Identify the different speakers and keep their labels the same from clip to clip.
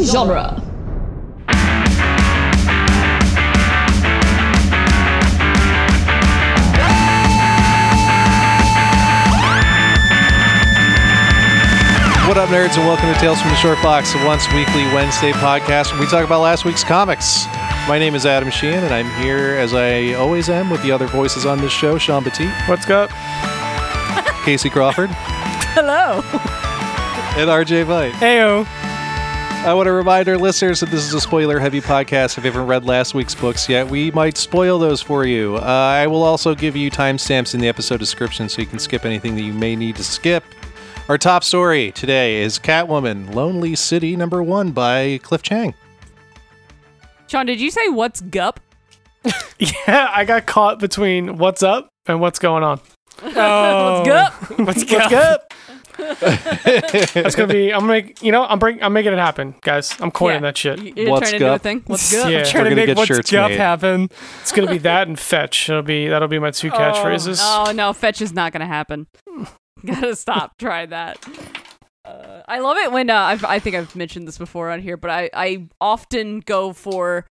Speaker 1: genre.
Speaker 2: What up, nerds, and welcome to Tales from the Short Box, the once weekly Wednesday podcast where we talk about last week's comics. My name is Adam Sheehan, and I'm here as I always am with the other voices on this show Sean Petit,
Speaker 3: What's up?
Speaker 2: Casey Crawford,
Speaker 4: Hello.
Speaker 2: and RJ Vite.
Speaker 3: Heyo.
Speaker 2: I want to remind our listeners that this is a spoiler heavy podcast. If you haven't read last week's books yet, we might spoil those for you. Uh, I will also give you timestamps in the episode description so you can skip anything that you may need to skip. Our top story today is Catwoman Lonely City number one by Cliff Chang.
Speaker 4: Sean, did you say what's gup?
Speaker 3: Yeah, I got caught between what's up and what's going on.
Speaker 5: Oh.
Speaker 3: Oh,
Speaker 4: What's gup?
Speaker 3: What's, what's up? That's gonna be. I'm make. You know, I'm bring. I'm making it happen, guys. I'm coining that shit.
Speaker 4: You- It
Speaker 2: What's
Speaker 4: turned into a
Speaker 2: gup?
Speaker 4: thing. What's gup?
Speaker 3: Yeah.
Speaker 2: We're
Speaker 5: trying
Speaker 2: gonna
Speaker 5: to
Speaker 2: get
Speaker 5: make what's
Speaker 2: shirts
Speaker 5: gup
Speaker 2: made.
Speaker 5: happen.
Speaker 3: It's gonna be that and fetch. It'll be that'll be my two catchphrases.
Speaker 4: Oh no, fetch is not gonna happen. Gotta stop trying that. Uh, I love it when uh, I've, I think I've mentioned this before on here, but I, I often go for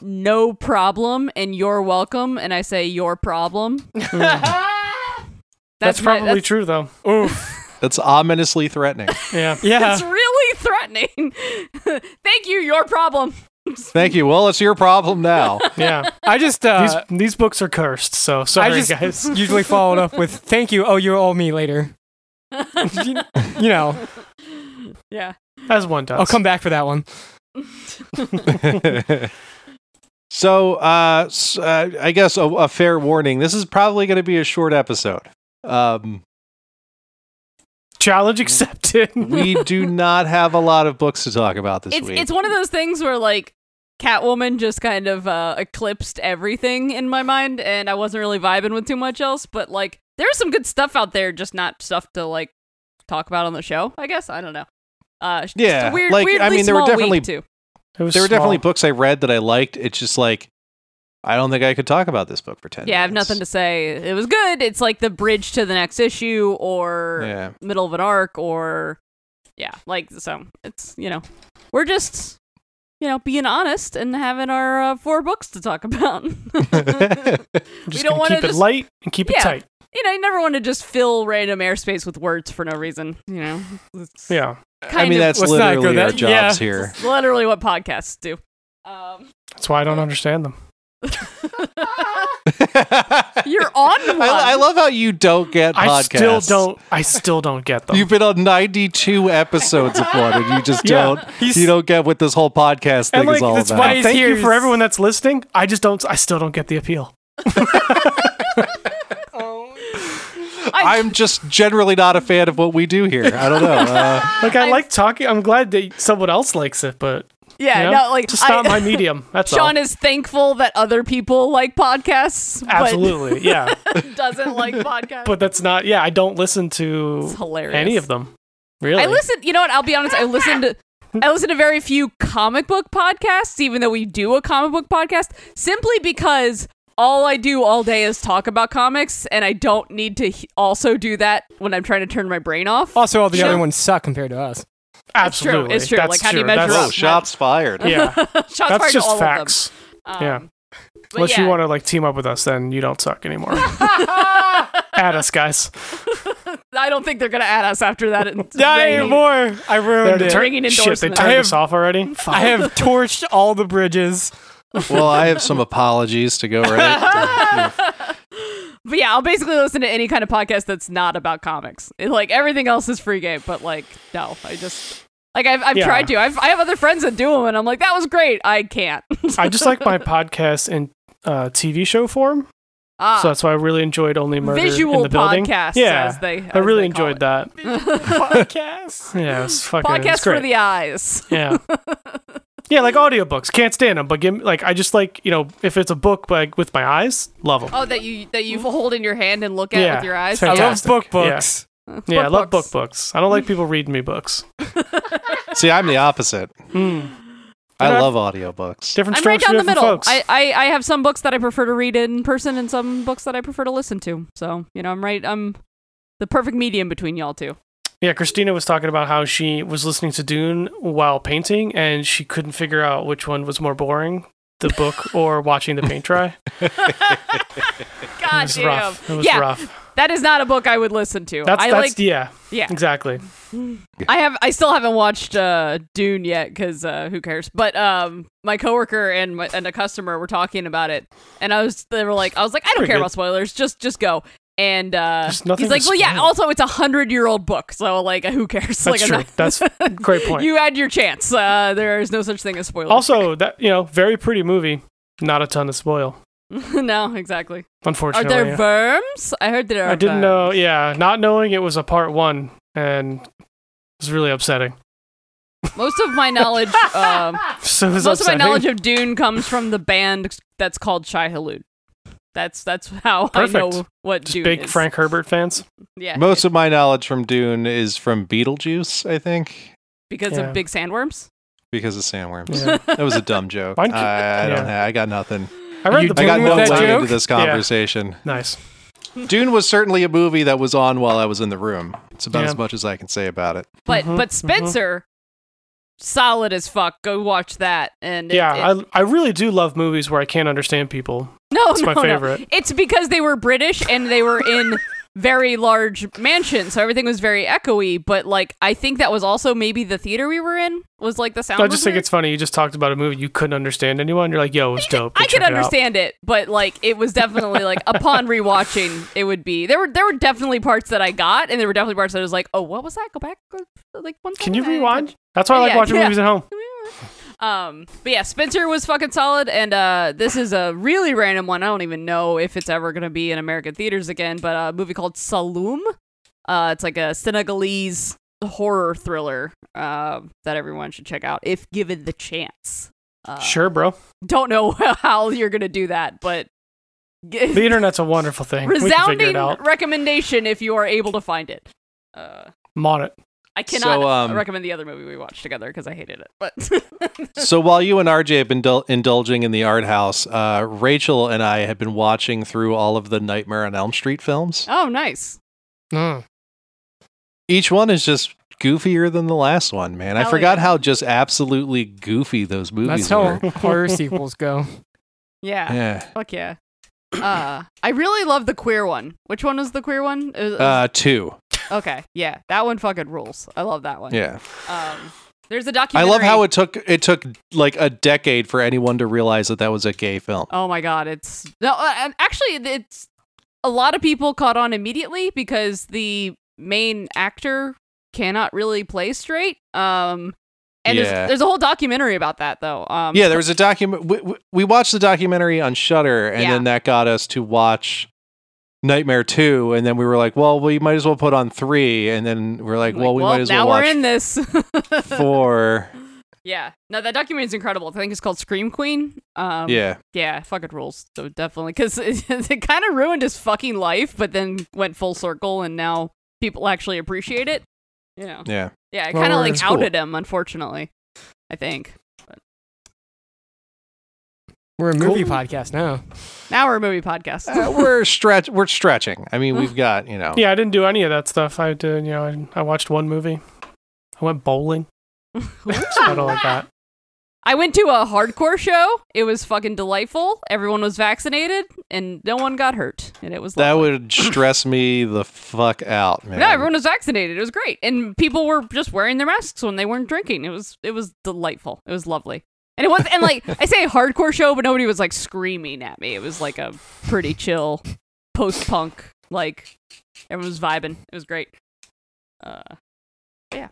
Speaker 4: no problem and you're welcome, and I say your problem.
Speaker 3: Hmm. that's,
Speaker 4: my-
Speaker 3: probably true though. Oof.
Speaker 2: That's ominously threatening.
Speaker 3: Yeah.
Speaker 5: Yeah.
Speaker 4: It's really threatening. Thank you, your problem.
Speaker 2: Thank you. Well, it's your problem now.
Speaker 3: Yeah.
Speaker 5: I just uh,
Speaker 3: these these books are cursed. So
Speaker 5: I
Speaker 3: sorry,
Speaker 5: just
Speaker 3: guys.
Speaker 5: usually followed up with thank you. Oh, you owe me later. you, you know,
Speaker 4: Yeah.
Speaker 3: As one does.
Speaker 5: I'll come back for that one.
Speaker 2: so, uh, s- uh, I guess a, a fair warning. This is probably going to be a short episode. Um,
Speaker 3: Challenge accepted.
Speaker 2: we do not have a lot of books to talk about this
Speaker 4: it's
Speaker 2: week.
Speaker 4: it's one of those things where like Catwoman just kind of uh, eclipsed everything in my mind, and I wasn't really vibing with too much else. But like, there's some good stuff out there, just not stuff to like talk about on the show. I guess I don't know. Uh, just a
Speaker 2: Yeah,
Speaker 4: weird,
Speaker 2: like, I
Speaker 4: weirdly
Speaker 2: mean, there were
Speaker 4: small week,
Speaker 2: definitely-
Speaker 4: too.
Speaker 3: It was
Speaker 2: there were definitely
Speaker 3: small.
Speaker 2: books I read that I liked. It's just like I don't think I could talk about this book for ten.
Speaker 4: Yeah, I have
Speaker 2: minutes.
Speaker 4: nothing to say. It was good. It's like the bridge to the next issue, or
Speaker 2: Yeah.
Speaker 4: middle of an arc, or yeah, like so. It's you know, we're just you know being honest and having our uh, four books to talk about.
Speaker 3: I'm just
Speaker 4: we don't
Speaker 3: gonna
Speaker 4: wanna
Speaker 3: keep it
Speaker 4: just-
Speaker 3: light and keep
Speaker 4: Yeah.
Speaker 3: it tight.
Speaker 4: you know, you never want to just fill random airspace with words for no reason. You know, It's
Speaker 3: Yeah.
Speaker 2: I
Speaker 4: Kind
Speaker 2: mean,
Speaker 4: of-
Speaker 2: that's
Speaker 5: let's not go
Speaker 2: literally our
Speaker 5: that- yeah.
Speaker 2: jobs here.
Speaker 4: it's literally what podcasts do. Um,
Speaker 3: That's why I don't understand them.
Speaker 4: you're on one.
Speaker 2: I, I love how you don't get
Speaker 3: I
Speaker 2: podcasts.
Speaker 3: still don't. I still don't get them.
Speaker 2: You've been on 92 episodes of one, and you just
Speaker 3: Yeah,
Speaker 2: don't.
Speaker 5: he's-
Speaker 2: You don't get what this whole podcast thing
Speaker 3: and like
Speaker 2: is all
Speaker 3: that's
Speaker 2: about.
Speaker 3: why
Speaker 5: He's
Speaker 3: thank you
Speaker 5: here.
Speaker 3: for everyone that's listening. I just don't. I still don't get the appeal.
Speaker 4: I-
Speaker 2: I'm just generally not a fan of what we do here. I don't know. Uh,
Speaker 3: Like I
Speaker 4: I-
Speaker 3: like talking. I'm glad that someone else likes it, but
Speaker 4: yeah,
Speaker 3: you know,
Speaker 4: no, like
Speaker 3: just
Speaker 4: I,
Speaker 3: not my medium. That's
Speaker 4: Sean
Speaker 3: all.
Speaker 4: is thankful that other people like podcasts,
Speaker 3: Absolutely, yeah.
Speaker 4: but doesn't like podcasts.
Speaker 3: But that's not. Yeah, I don't listen to
Speaker 4: It's hilarious.
Speaker 3: any of them. Really,
Speaker 4: I listen. You know what? I'll be honest. I listen to. I listen to very few comic book podcasts, even though we do a comic book podcast, simply because all I do all day is talk about comics, and I don't need to he- also do that when I'm trying to turn my brain
Speaker 3: Oh,
Speaker 4: off.
Speaker 5: Also, all the
Speaker 4: Sure.
Speaker 5: other ones suck compared to us.
Speaker 4: It's true,
Speaker 3: Absolutely,
Speaker 4: it's true.
Speaker 3: That's
Speaker 4: Like, how do you
Speaker 3: true,
Speaker 4: measure
Speaker 2: oh,
Speaker 3: that's-
Speaker 2: shots fired.
Speaker 3: Yeah,
Speaker 4: Shots fired
Speaker 3: that's
Speaker 4: to all
Speaker 3: just
Speaker 4: of them.
Speaker 3: facts.
Speaker 4: Um,
Speaker 3: Yeah.
Speaker 4: but
Speaker 3: Unless you
Speaker 4: yeah.
Speaker 3: want to like team up with us, then you don't suck anymore. At us, guys.
Speaker 4: I don't think they're gonna add us after that. It's
Speaker 5: Not
Speaker 4: raining.
Speaker 5: anymore. I ruined
Speaker 3: They're
Speaker 5: it.
Speaker 4: turn- Ringing
Speaker 3: Shit, they
Speaker 4: endorsement.
Speaker 3: turned
Speaker 5: I
Speaker 3: us
Speaker 5: have-
Speaker 3: off already.
Speaker 5: I have torched all the bridges.
Speaker 2: Well, I have some apologies to go right.
Speaker 4: But yeah, I'll basically listen to any kind of podcast that's not about comics. It- like everything else is free game, but like no, I just like I've, I've
Speaker 3: Yeah.
Speaker 4: tried to. I've I have other friends that do them, and I'm like that was great. I can't.
Speaker 3: I just like my podcast in uh, TV show form,
Speaker 4: Ah,
Speaker 3: so that's why I really enjoyed Only Murder in
Speaker 4: visual
Speaker 3: the Building.
Speaker 4: podcasts.
Speaker 3: yeah,
Speaker 4: as they
Speaker 3: I really enjoyed that.
Speaker 5: Podcast.
Speaker 3: Yeah, it was fucking it was
Speaker 4: podcast
Speaker 3: great.
Speaker 4: for the eyes.
Speaker 3: yeah, yeah, like audiobooks. Can't stand them, but give me, like I just like you know if it's a book like with my eyes, love them.
Speaker 4: Oh, that you that you hold in your hand and look at
Speaker 3: Yeah,
Speaker 4: with your eyes.
Speaker 3: it's
Speaker 5: I love
Speaker 3: Fantastic.
Speaker 5: book books.
Speaker 3: yeah, I love
Speaker 4: books.
Speaker 3: book books. I don't like people reading me books.
Speaker 2: See, I'm the opposite. I
Speaker 3: Hmm. I've-
Speaker 2: love audiobooks.
Speaker 3: Different
Speaker 4: I'm right
Speaker 3: strokes for
Speaker 4: down the
Speaker 3: different
Speaker 4: middle.
Speaker 3: folks.
Speaker 4: I, I I have some books that I prefer to read in person, and some books that I prefer to listen to. So you know, I'm right. I'm the perfect medium between y'all two.
Speaker 3: Yeah, Christina was talking about how she was listening to Dune while painting and she couldn't figure out which one was more boring, the book or watching the paint dry. It
Speaker 4: God
Speaker 3: was
Speaker 4: damn.
Speaker 3: rough. It was
Speaker 4: yeah,
Speaker 3: rough.
Speaker 4: that is not a book I would listen to.
Speaker 3: That's
Speaker 4: I
Speaker 3: that's
Speaker 4: like.
Speaker 3: yeah,
Speaker 4: Yeah,
Speaker 3: exactly.
Speaker 4: I have. I still haven't watched uh, Dune yet because uh, who cares? But um, my coworker and my, and a customer were talking about it, and I was they were like, I was like, I don't
Speaker 3: Pretty
Speaker 4: care
Speaker 3: good.
Speaker 4: about spoilers. Just just go. And uh,
Speaker 3: There's nothing
Speaker 4: he's like,
Speaker 3: to
Speaker 4: well, yeah.
Speaker 3: spoil.
Speaker 4: Also, it's a hundred year old book, so like, who cares?
Speaker 3: That's
Speaker 4: like, I'm
Speaker 3: true.
Speaker 4: not-
Speaker 3: That's a great point.
Speaker 4: you had your chance. Uh, there is no such thing as spoilers.
Speaker 3: also, that you know, very pretty movie. Not a ton to
Speaker 4: Oh,
Speaker 3: spoil,
Speaker 4: no, exactly. Are
Speaker 3: unfortunately.
Speaker 4: there worms? I heard there are.
Speaker 3: I didn't
Speaker 4: worms.
Speaker 3: know. Yeah, not knowing it was a part one and it was really upsetting.
Speaker 4: Most of my knowledge. um,
Speaker 3: So it was
Speaker 4: Most of my
Speaker 3: upsetting.
Speaker 4: knowledge of Dune comes from the band that's called Shai Halud. That's that's how I
Speaker 3: Perfect.
Speaker 4: know what
Speaker 3: Just
Speaker 4: Dune
Speaker 3: big
Speaker 4: is.
Speaker 3: Frank Herbert fans.
Speaker 4: Yeah,
Speaker 2: Most of my knowledge from Dune is from Beetlejuice, I think,
Speaker 4: because
Speaker 3: yeah.
Speaker 4: of big sandworms.
Speaker 2: because of sandworms.
Speaker 3: Yeah.
Speaker 2: That was a dumb joke. I,
Speaker 3: Why don't you-
Speaker 2: I don't
Speaker 3: Yeah.
Speaker 2: have. I got nothing.
Speaker 3: I read
Speaker 5: You
Speaker 3: the
Speaker 2: I
Speaker 3: book.
Speaker 2: got
Speaker 5: Dune with
Speaker 2: no
Speaker 5: that
Speaker 2: way
Speaker 5: joke?
Speaker 2: into this
Speaker 3: Yeah.
Speaker 2: conversation.
Speaker 3: Nice.
Speaker 2: Dune was certainly a movie that was on while I was in the room. It's about
Speaker 3: Yeah.
Speaker 2: as much as I can say about it.
Speaker 4: But
Speaker 3: Mhm,
Speaker 4: but
Speaker 3: mhm.
Speaker 4: Spencer, solid as fuck. Go watch that. And it-
Speaker 3: Yeah,
Speaker 4: it-
Speaker 3: I, I really do love movies where I can't understand people.
Speaker 4: no,
Speaker 3: It's my
Speaker 4: no, no.
Speaker 3: favorite.
Speaker 4: It's because they were British and they were in very large mansions, so everything was very echoey. But like, I think that was also maybe the theater we were in was like the sound.
Speaker 3: I
Speaker 4: was
Speaker 3: just think
Speaker 4: very-
Speaker 3: it's funny. You just talked about a movie you couldn't understand anyone. You're like, yo, it was dope.
Speaker 4: I
Speaker 3: Go
Speaker 4: could
Speaker 3: check it out.
Speaker 4: understand it, but like it was definitely like upon rewatching, it would be there were there were definitely parts that I got, and there were definitely parts that I was like, oh, what was that? Go back, go, like one.
Speaker 3: Can you
Speaker 4: second, I-
Speaker 3: rewind? That's why I like
Speaker 4: Oh, Yeah,
Speaker 3: watching
Speaker 4: yeah.
Speaker 3: movies at home.
Speaker 4: Um, but yeah, Spencer was fucking solid, and uh, this is a really random one. I don't even know if it's ever gonna be in American theaters again, but uh, a movie called Saloom. Uh, it's like a Senegalese horror thriller uh, that everyone should check out if given the chance. Uh,
Speaker 3: Sure, bro.
Speaker 4: Don't know how you're gonna do that, but
Speaker 3: The internet's a wonderful thing. we can figure
Speaker 4: resounding
Speaker 3: it out.
Speaker 4: recommendation if you are able to find it. Uh,
Speaker 3: I'm on it.
Speaker 4: I cannot
Speaker 2: So, um,
Speaker 4: recommend the other movie we watched together because I hated it. But
Speaker 2: so while you and RJ have been dul- indulging in the art house, uh, Rachel and I have been watching through all of the Nightmare on Elm Street films.
Speaker 4: oh, nice.
Speaker 5: Mm.
Speaker 2: Each one is just goofier than the last one, man. I
Speaker 4: Hell
Speaker 2: forgot
Speaker 4: yeah.
Speaker 2: how just absolutely goofy those movies
Speaker 5: That's how
Speaker 2: were.
Speaker 5: horror sequels go.
Speaker 4: Yeah.
Speaker 2: Yeah.
Speaker 4: Fuck yeah. Uh, I really love the queer one. Which one was the queer one? It was- it was-
Speaker 2: Uh, two.
Speaker 4: okay, yeah, that one fucking rules. I love that one.
Speaker 2: Yeah.
Speaker 4: Um, there's a
Speaker 2: I
Speaker 4: documentary.
Speaker 2: love how it took it took like a decade for anyone to realize that that was a gay film.
Speaker 4: Oh my god, it's no. uh, and actually, it's a lot of people caught on immediately because the main actor cannot really play straight. Um, and
Speaker 2: Yeah.
Speaker 4: there's, there's a whole documentary about that though. Um,
Speaker 2: yeah, there was a document. We, we- we watched the documentary on Shutter, and
Speaker 4: Yeah.
Speaker 2: then that got us to watch Nightmare Two, and then we were like, well, we might as well put on three, and then we're like,
Speaker 4: like,
Speaker 2: well, we might as
Speaker 4: now
Speaker 2: well watch
Speaker 4: we're in this.
Speaker 2: four.
Speaker 4: yeah, no, that documentary is incredible. I think it's called Scream Queen. Um,
Speaker 2: yeah,
Speaker 4: yeah, fucking rules. So definitely, because it, it kind of ruined his fucking life, but then went full circle, and now people actually appreciate it. You know.
Speaker 2: yeah.
Speaker 4: Yeah, it
Speaker 5: Well,
Speaker 4: kind of
Speaker 5: we're-
Speaker 4: like
Speaker 5: it's
Speaker 2: cool.
Speaker 4: outed him, unfortunately. I think.
Speaker 5: We're a
Speaker 3: Cool.
Speaker 5: movie podcast now.
Speaker 4: Now we're a movie podcast.
Speaker 2: Uh, we're stretch. We're stretching. I mean, we've got you know.
Speaker 3: Yeah, I didn't do any of that stuff. I did, you know, I, I watched one movie. I went bowling. I don't like that.
Speaker 4: I went to a hardcore show. It was fucking delightful. Everyone was vaccinated, and no one got hurt. And it was
Speaker 2: That
Speaker 4: lovely.
Speaker 2: would stress me the fuck out, man.
Speaker 4: no, everyone was vaccinated. It was great, and people were just wearing their masks when they weren't drinking. It was it was delightful. It was lovely, and it was and like I say, hardcore show, but nobody was like screaming at me. It was like a pretty chill post punk. Like everyone was vibing. It was great. Uh, yeah.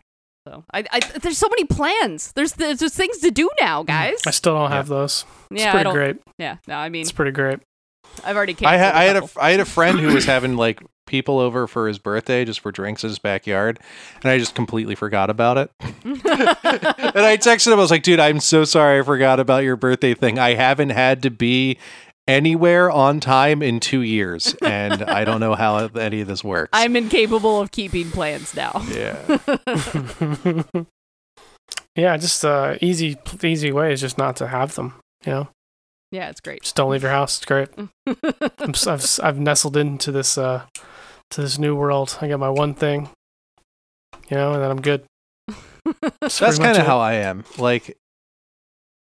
Speaker 4: So I, I there's so many plans. There's there's just things to do now,
Speaker 2: Mm-hmm.
Speaker 4: guys.
Speaker 3: I still don't have those. It's
Speaker 4: Yeah, I
Speaker 3: pretty
Speaker 4: don't.
Speaker 3: great.
Speaker 4: Yeah, no, I mean,
Speaker 3: It's pretty great.
Speaker 4: I've already canceled.
Speaker 2: I, ha- I had
Speaker 4: couple.
Speaker 2: a I had a friend who was having like people over for his birthday just for drinks in his backyard, and I just completely forgot about it. and I texted him. I was like, "Dude, I'm so sorry. I forgot about your birthday thing. I haven't had to be anywhere on time in two years, and I don't know how any of this works."
Speaker 4: I'm incapable of keeping plans now.
Speaker 2: yeah,
Speaker 3: yeah, just uh, easy, easy way is just not to have them. You know,
Speaker 4: Yeah, it's great.
Speaker 3: just don't leave your house. It's great. I'm, s- I've s- I've nestled into this uh, to this new world. I got my one thing. you know, and then I'm good.
Speaker 2: That's kind of how I am. Like,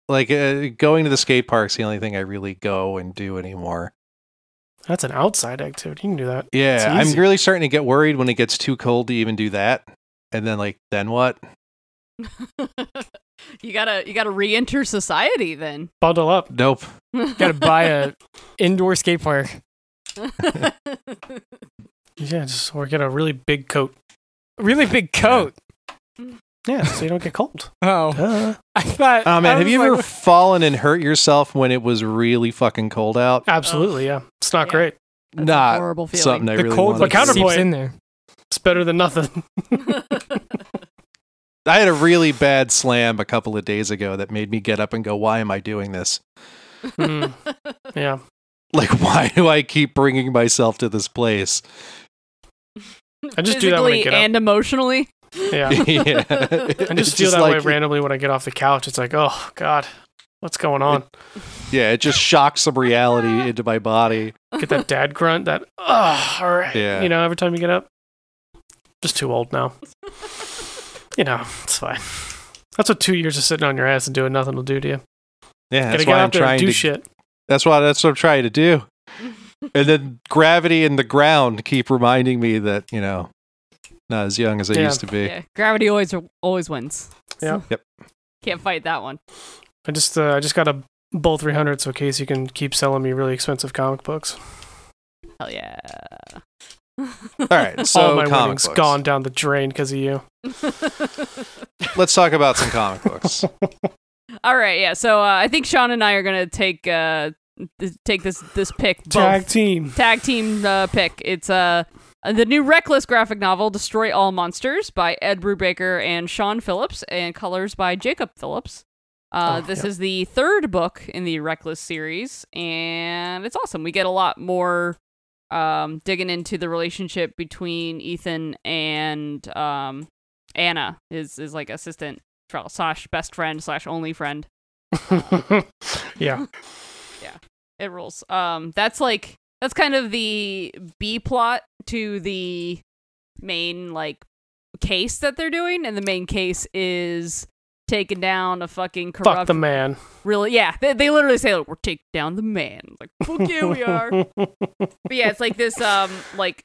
Speaker 2: like uh, going to the skate park's the only thing I really go and do anymore.
Speaker 3: That's an outside activity. You can do that. It's
Speaker 2: Yeah, I'm
Speaker 3: easy.
Speaker 2: really starting to get worried when it gets too cold to even do that. And then like, then what?
Speaker 4: you gotta you gotta re-enter society then.
Speaker 3: Bundle up.
Speaker 2: Nope.
Speaker 5: Gotta buy a indoor skate park.
Speaker 3: Yeah, just or get a really big coat.
Speaker 5: Really big coat.
Speaker 3: Yeah, so you don't get cold.
Speaker 5: Oh,
Speaker 3: Duh.
Speaker 5: I thought.
Speaker 2: Oh man,
Speaker 5: I
Speaker 2: have
Speaker 5: was
Speaker 2: you
Speaker 5: like,
Speaker 2: ever fallen and hurt yourself when it was really fucking cold out?
Speaker 3: Absolutely, yeah. It's not
Speaker 4: Yeah.
Speaker 3: great.
Speaker 4: That's a
Speaker 2: Not
Speaker 4: horrible feeling.
Speaker 2: something I
Speaker 5: The
Speaker 2: really wanted.
Speaker 5: cold like
Speaker 3: But
Speaker 2: to do.
Speaker 5: seeps
Speaker 3: counterpoint-
Speaker 5: in there.
Speaker 3: It's better than nothing.
Speaker 2: I had a really bad slam a couple of days ago that made me get up and go, "Why am I doing this?
Speaker 3: Mm, yeah.
Speaker 2: Like, why do I keep bringing myself to this place?"
Speaker 3: I just do that when I
Speaker 4: Physically
Speaker 3: get up.
Speaker 4: and emotionally.
Speaker 3: Yeah.
Speaker 2: yeah,
Speaker 3: I
Speaker 2: I
Speaker 3: just feel that way randomly when I get off the couch. It's like, oh God, what's going on?
Speaker 2: Yeah, it just shocks some reality into my body.
Speaker 3: Get that dad grunt, that oh all right.
Speaker 2: Yeah.
Speaker 3: You know, every time you get up. Just too old now. You know, it's fine. That's what two years of sitting on your ass and doing nothing will do to you.
Speaker 2: Yeah,
Speaker 3: Gotta
Speaker 2: that's
Speaker 3: get
Speaker 2: why
Speaker 3: out
Speaker 2: I'm
Speaker 3: there and
Speaker 2: trying
Speaker 3: do
Speaker 2: to.
Speaker 3: shit.
Speaker 2: That's why that's what I'm trying to do. And then gravity and the ground keep reminding me that you know, not as young as I
Speaker 3: Yeah.
Speaker 2: used to be.
Speaker 4: Yeah, gravity always always wins.
Speaker 3: Yeah.
Speaker 2: Yep.
Speaker 4: Can't fight that one.
Speaker 3: I just uh, I just got a bull three hundred so Casey can keep selling me really expensive comic books.
Speaker 4: Hell yeah.
Speaker 2: All right, so
Speaker 3: All my
Speaker 2: comic
Speaker 3: winnings
Speaker 2: books.
Speaker 3: gone down the drain because of you.
Speaker 2: Let's talk about some comic books.
Speaker 4: All right, yeah. So uh, I think Sean and I are gonna take uh th- take this this pick both.
Speaker 3: Tag team.
Speaker 4: tag team uh, pick. It's uh, the new Reckless graphic novel, Destroy All Monsters, by Ed Brubaker and Sean Phillips, and colors by Jacob Phillips. Uh,
Speaker 3: Oh,
Speaker 4: this
Speaker 3: yep.
Speaker 4: is the third book in the Reckless series, and it's awesome. We get a lot more um, digging into the relationship between Ethan and um, Anna, his, his like assistant slash best friend slash only friend.
Speaker 3: yeah.
Speaker 4: It rules. Um, that's like that's kind of the B plot to the main like case that they're doing, and the main case is taking down a fucking corrupt.
Speaker 3: Fuck the man.
Speaker 4: Really, yeah, they, they literally say like, "We're taking down the man." It's Like, fuck yeah, we are. but yeah, it's like this um like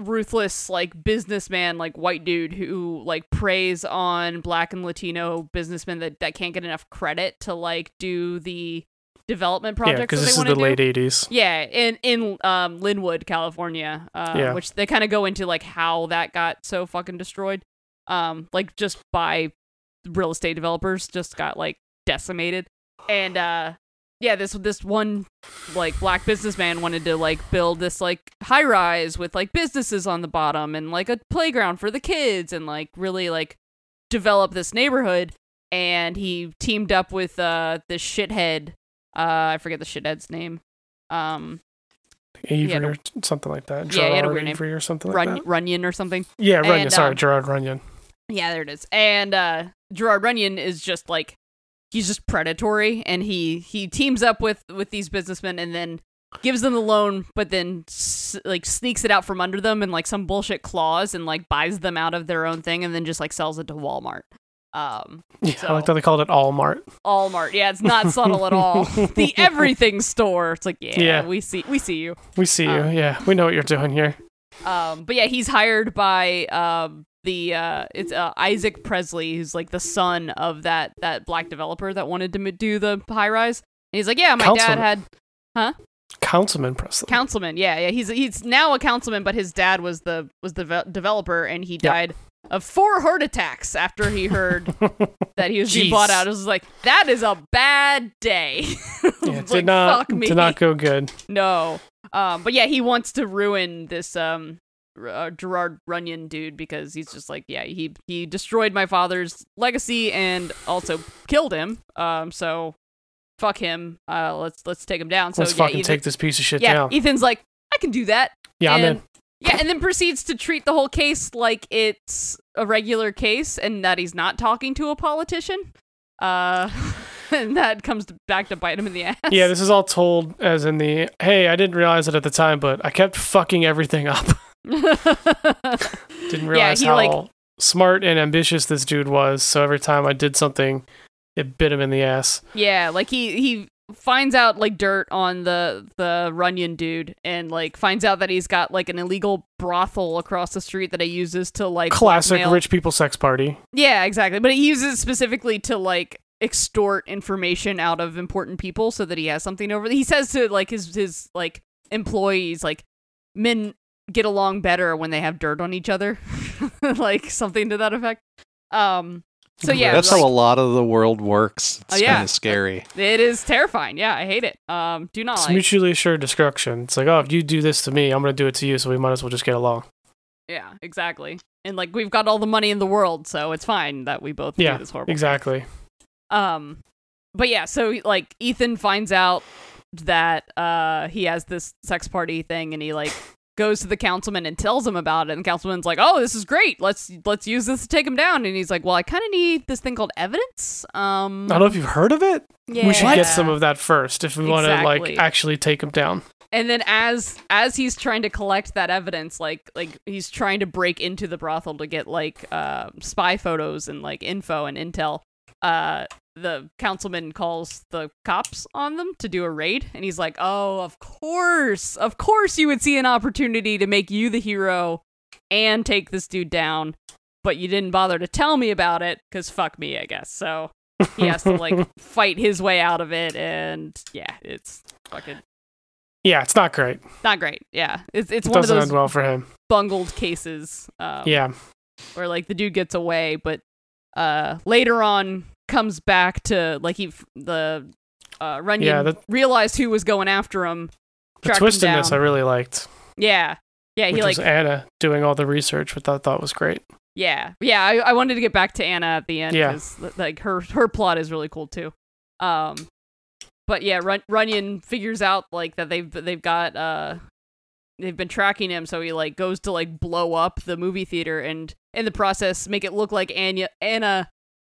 Speaker 4: ruthless like businessman like white dude who like preys on black and Latino businessmen that that can't get enough credit to like do the development
Speaker 3: Yeah,
Speaker 4: projects.
Speaker 3: because
Speaker 4: that
Speaker 3: this
Speaker 4: they
Speaker 3: is
Speaker 4: wanna
Speaker 3: the
Speaker 4: do.
Speaker 3: late eighties.
Speaker 4: Yeah, in in um, Linwood, California, uh,
Speaker 3: Yeah.
Speaker 4: which they kind of go into like how that got so fucking destroyed, um, like just by real estate developers just got like decimated, and uh, yeah, this this one like black businessman wanted to like build this like high rise with like businesses on the bottom and like a playground for the kids and like really like develop this neighborhood, and he teamed up with uh this shithead, uh, I forget the shithead's name. Um,
Speaker 3: Avery
Speaker 4: had a-
Speaker 3: or t- something like that.
Speaker 4: Yeah, he had a
Speaker 3: Gerard
Speaker 4: weird name.
Speaker 3: Avery or something
Speaker 4: Run-
Speaker 3: like that.
Speaker 4: Runyon or something.
Speaker 3: Yeah, Runyon.
Speaker 4: and,
Speaker 3: sorry,
Speaker 4: um,
Speaker 3: Gerard Runyon.
Speaker 4: Yeah, there it is. And uh, Gerard Runyon is just like he's just predatory, and he he teams up with with these businessmen, and then gives them the loan, but then s- like sneaks it out from under them in like some bullshit clause, and like buys them out of their own thing, and then just like sells it to Walmart. Um,
Speaker 3: Yeah,
Speaker 4: so-
Speaker 3: I like that they called it Allmart.
Speaker 4: Walmart. Yeah, it's not subtle at all. The everything store. It's like yeah,
Speaker 3: Yeah.
Speaker 4: we see we see you.
Speaker 3: We see
Speaker 4: Um,
Speaker 3: you. Yeah, we know what you're doing here.
Speaker 4: Um, but yeah, he's hired by um the uh it's uh, Isaac Presley, who's like the son of that that black developer that wanted to m- do the high rise. And he's like, yeah, my dad
Speaker 3: Councilman.
Speaker 4: had
Speaker 3: Councilman Presley.
Speaker 4: councilman. Yeah, yeah, he's he's now a councilman, but his dad was the was the ve- developer, and he
Speaker 3: Yeah.
Speaker 4: died of four heart attacks after he heard that he was being
Speaker 5: Jeez.
Speaker 4: bought out. It was like that is a bad day.
Speaker 3: yeah, did
Speaker 4: It's like,
Speaker 3: not
Speaker 4: fuck me.
Speaker 3: did not go good.
Speaker 4: No. Um, but yeah, he wants to ruin this um R- uh, Gerard Runyon dude because he's just like, yeah, he he destroyed my father's legacy and also killed him. Um, so fuck him. Uh, let's let's take him down. So
Speaker 3: Let's
Speaker 4: yeah,
Speaker 3: fucking
Speaker 4: Ethan,
Speaker 3: take this piece of shit
Speaker 4: yeah,
Speaker 3: down.
Speaker 4: Ethan's like, I can do that.
Speaker 3: Yeah, I'm
Speaker 4: and,
Speaker 3: in.
Speaker 4: Yeah, and then proceeds to treat the whole case like it's a regular case and that he's not talking to a politician. Uh, and that comes to, back to bite him in the ass.
Speaker 3: Yeah, this is all told as in the hey, I didn't realize it at the time, but I kept fucking everything up. didn't realize
Speaker 4: he,
Speaker 3: how
Speaker 4: like-
Speaker 3: smart and ambitious this dude was. So every time I did something, it bit him in the ass.
Speaker 4: Yeah, like he he finds out like dirt on the the Runyon dude, and like finds out that he's got like an illegal brothel across the street that he uses to like
Speaker 3: Classic
Speaker 4: blackmail-
Speaker 3: rich people sex party.
Speaker 4: Yeah, exactly. But he uses it specifically to like extort information out of important people so that he has something over. He says to like his his like employees like men get along better when they have dirt on each other, like something to that effect. Um. So yeah,
Speaker 2: That's
Speaker 4: like,
Speaker 2: how a lot of the world works. It's
Speaker 4: Oh, yeah.
Speaker 2: kind of scary.
Speaker 4: it is terrifying. Yeah, I hate it. Um. Do not.
Speaker 3: It's
Speaker 4: like-
Speaker 3: mutually assured destruction. It's like, oh, if you do this to me, I'm gonna do it to you. So we might as well just get along.
Speaker 4: Yeah, exactly. And like we've got all the money in the world, so it's fine that we both
Speaker 3: Yeah,
Speaker 4: do this horrible.
Speaker 3: Exactly.
Speaker 4: Um but yeah, so like Ethan finds out that uh he has this sex party thing and he like goes to the councilman and tells him about it and the councilman's like, "Oh, this is great. Let's let's use this to take him down." And he's like, "Well, I kind of need this thing called evidence." Um
Speaker 3: I don't know if you've heard of it.
Speaker 4: yeah.
Speaker 3: We should get some of that first if we want to
Speaker 4: Exactly.
Speaker 3: like actually take him down.
Speaker 4: And then as as he's trying to collect that evidence, like like he's trying to break into the brothel to get like uh, spy photos and like info and intel. Uh, the councilman calls the cops on them to do a raid, and he's like, "Oh, of course, of course, you would see an opportunity to make you the hero and take this dude down, but you didn't bother to tell me about it because fuck me, I guess." So he has to like fight his way out of it, and yeah, it's fucking
Speaker 3: Yeah, it's not great.
Speaker 4: not great. Yeah, it's it's
Speaker 3: It
Speaker 4: one of
Speaker 3: doesn't end
Speaker 4: those
Speaker 3: well for him.
Speaker 4: bungled cases. Um,
Speaker 3: Yeah,
Speaker 4: where like the dude gets away, but uh, later on comes back to like he f- the uh, Runyon
Speaker 3: Yeah, that-
Speaker 4: realized who was going after him.
Speaker 3: the
Speaker 4: tracked him
Speaker 3: twist in this I
Speaker 4: down.
Speaker 3: really liked,
Speaker 4: yeah, yeah, he
Speaker 3: which
Speaker 4: like
Speaker 3: was Anna doing all the research, which I thought was great.
Speaker 4: Yeah, yeah. I, I wanted to get back to Anna at the end
Speaker 3: Yeah.
Speaker 4: because like her her plot is really cool too. Um, but yeah, Run- Runyon figures out like that they've they've got uh they've been tracking him, so he like goes to like blow up the movie theater and in the process make it look like Anya Anna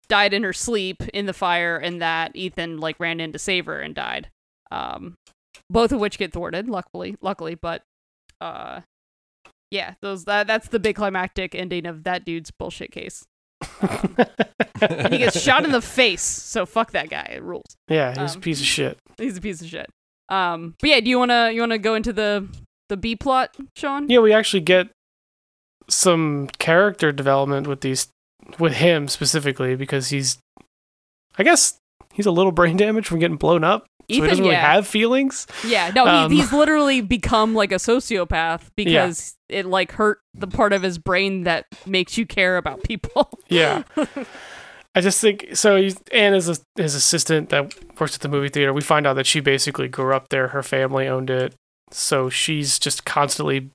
Speaker 4: died in her sleep in the fire, and that Ethan like ran in to save her and died. Um, both of which get thwarted, luckily, luckily, but uh yeah, those that that's the big climactic ending of that dude's bullshit case. And he gets shot in the face, so fuck that guy. It rules.
Speaker 3: Yeah, he's
Speaker 4: Um,
Speaker 3: a piece of shit.
Speaker 4: He's a piece of shit. Um, but yeah, do you wanna you wanna go into the the B plot, Sean?
Speaker 3: Yeah, we actually get some character development with these, with him specifically because he's, I guess he's a little brain damaged from getting blown up, so he
Speaker 4: Ethan,
Speaker 3: doesn't really
Speaker 4: yeah,
Speaker 3: have feelings.
Speaker 4: yeah. No, he,
Speaker 3: um,
Speaker 4: he's literally become like a sociopath because it like hurt the part of his brain that makes you care about people.
Speaker 3: Yeah. I just think so. he's- Anne is a, his assistant that works at the movie theater. We find out that she basically grew up there. Her family owned it, so she's just constantly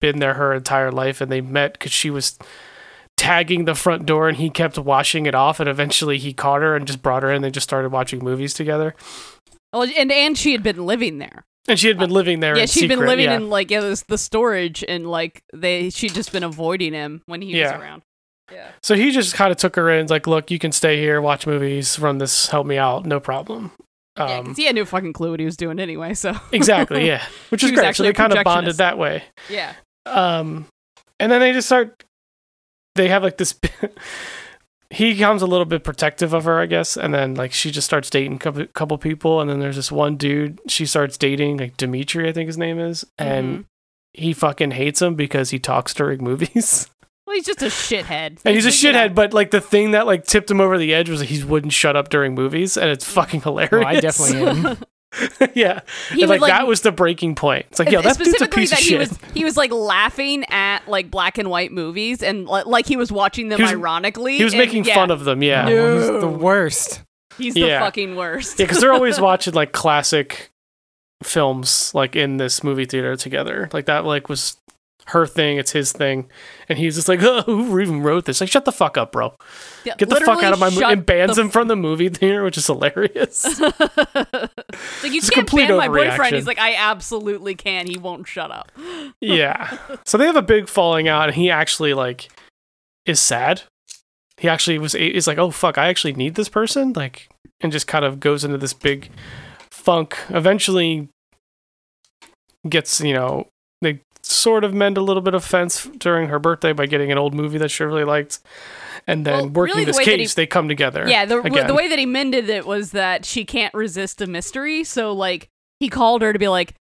Speaker 3: been there her entire life. And they met because she was tagging the front door, and he kept washing it off. And eventually, he caught her and just brought her in. They just started watching movies together.
Speaker 4: Well, and and she had been living there.
Speaker 3: And she had been living there.
Speaker 4: Uh, yeah,
Speaker 3: in
Speaker 4: she'd been
Speaker 3: secret,
Speaker 4: living
Speaker 3: yeah.
Speaker 4: in like yeah, this, the storage, and like they she'd just been avoiding him when he
Speaker 3: Yeah.
Speaker 4: was around. Yeah.
Speaker 3: So he just kind of took her in. Like, look, you can stay here, watch movies, run this, help me out, no problem.
Speaker 4: Yeah,
Speaker 3: Um,
Speaker 4: 'cause he had no fucking clue what he was doing anyway. So
Speaker 3: exactly yeah which
Speaker 4: She
Speaker 3: is
Speaker 4: was
Speaker 3: great so
Speaker 4: actually
Speaker 3: they
Speaker 4: a
Speaker 3: kind of bonded
Speaker 4: projectionist.
Speaker 3: that way
Speaker 4: yeah,
Speaker 3: um and then they just start they have like this he becomes a little bit protective of her i guess and then like she just starts dating a couple, couple people and then there's this one dude she starts dating like dimitri i think his name is
Speaker 4: Mm-hmm.
Speaker 3: and he fucking hates him because he talks during movies
Speaker 4: well, he's just a shithead,
Speaker 3: and he's a
Speaker 4: you know.
Speaker 3: shithead but like the thing that like tipped him over the edge was that he wouldn't shut up during movies and
Speaker 4: Mm.
Speaker 3: it's fucking hilarious
Speaker 5: Well, Oh, I definitely am.
Speaker 3: yeah And,
Speaker 4: He would,
Speaker 3: like,
Speaker 4: like-
Speaker 3: that was the breaking point it's like yo that dude's a
Speaker 4: specifically
Speaker 3: piece
Speaker 4: that
Speaker 3: of
Speaker 4: he
Speaker 3: shit
Speaker 4: was he was like laughing at like black and white movies and li- like he was watching them
Speaker 3: He was-
Speaker 4: ironically.
Speaker 3: He was
Speaker 4: and-
Speaker 3: making
Speaker 4: yeah,
Speaker 3: fun of them, yeah.
Speaker 5: Oh,
Speaker 3: Yeah,
Speaker 5: it was the worst.
Speaker 4: He's
Speaker 3: Yeah.
Speaker 4: the fucking worst.
Speaker 3: because they're always watching like classic films like in this movie theater together. Like that like was her thing, it's his thing. And he's just like, oh, who even wrote this? Like, shut the fuck up, bro.
Speaker 4: Yeah,
Speaker 3: Get the fuck
Speaker 4: literally
Speaker 3: out of my movie.
Speaker 4: shut
Speaker 3: And bans
Speaker 4: the
Speaker 3: him from the movie theater, which is hilarious.
Speaker 4: It's like you
Speaker 3: It's a
Speaker 4: can't
Speaker 3: complete
Speaker 4: ban my boyfriend.
Speaker 3: overreaction.
Speaker 4: He's like, I absolutely can. He won't shut up.
Speaker 3: yeah. So they have a big falling out, and he actually like is sad. He actually was is like, oh fuck, I actually need this person, like, and just kind of goes into this big funk. Eventually, gets you know they sort of mend a little bit of fence during her birthday by getting an old movie that she really liked, and then
Speaker 4: Well,
Speaker 3: working
Speaker 4: really the
Speaker 3: this
Speaker 4: way that he-
Speaker 3: case, they come together.
Speaker 4: Yeah, the,
Speaker 3: again.
Speaker 4: the way that he mended it was that she can't resist a mystery. So, like, he called her to be like,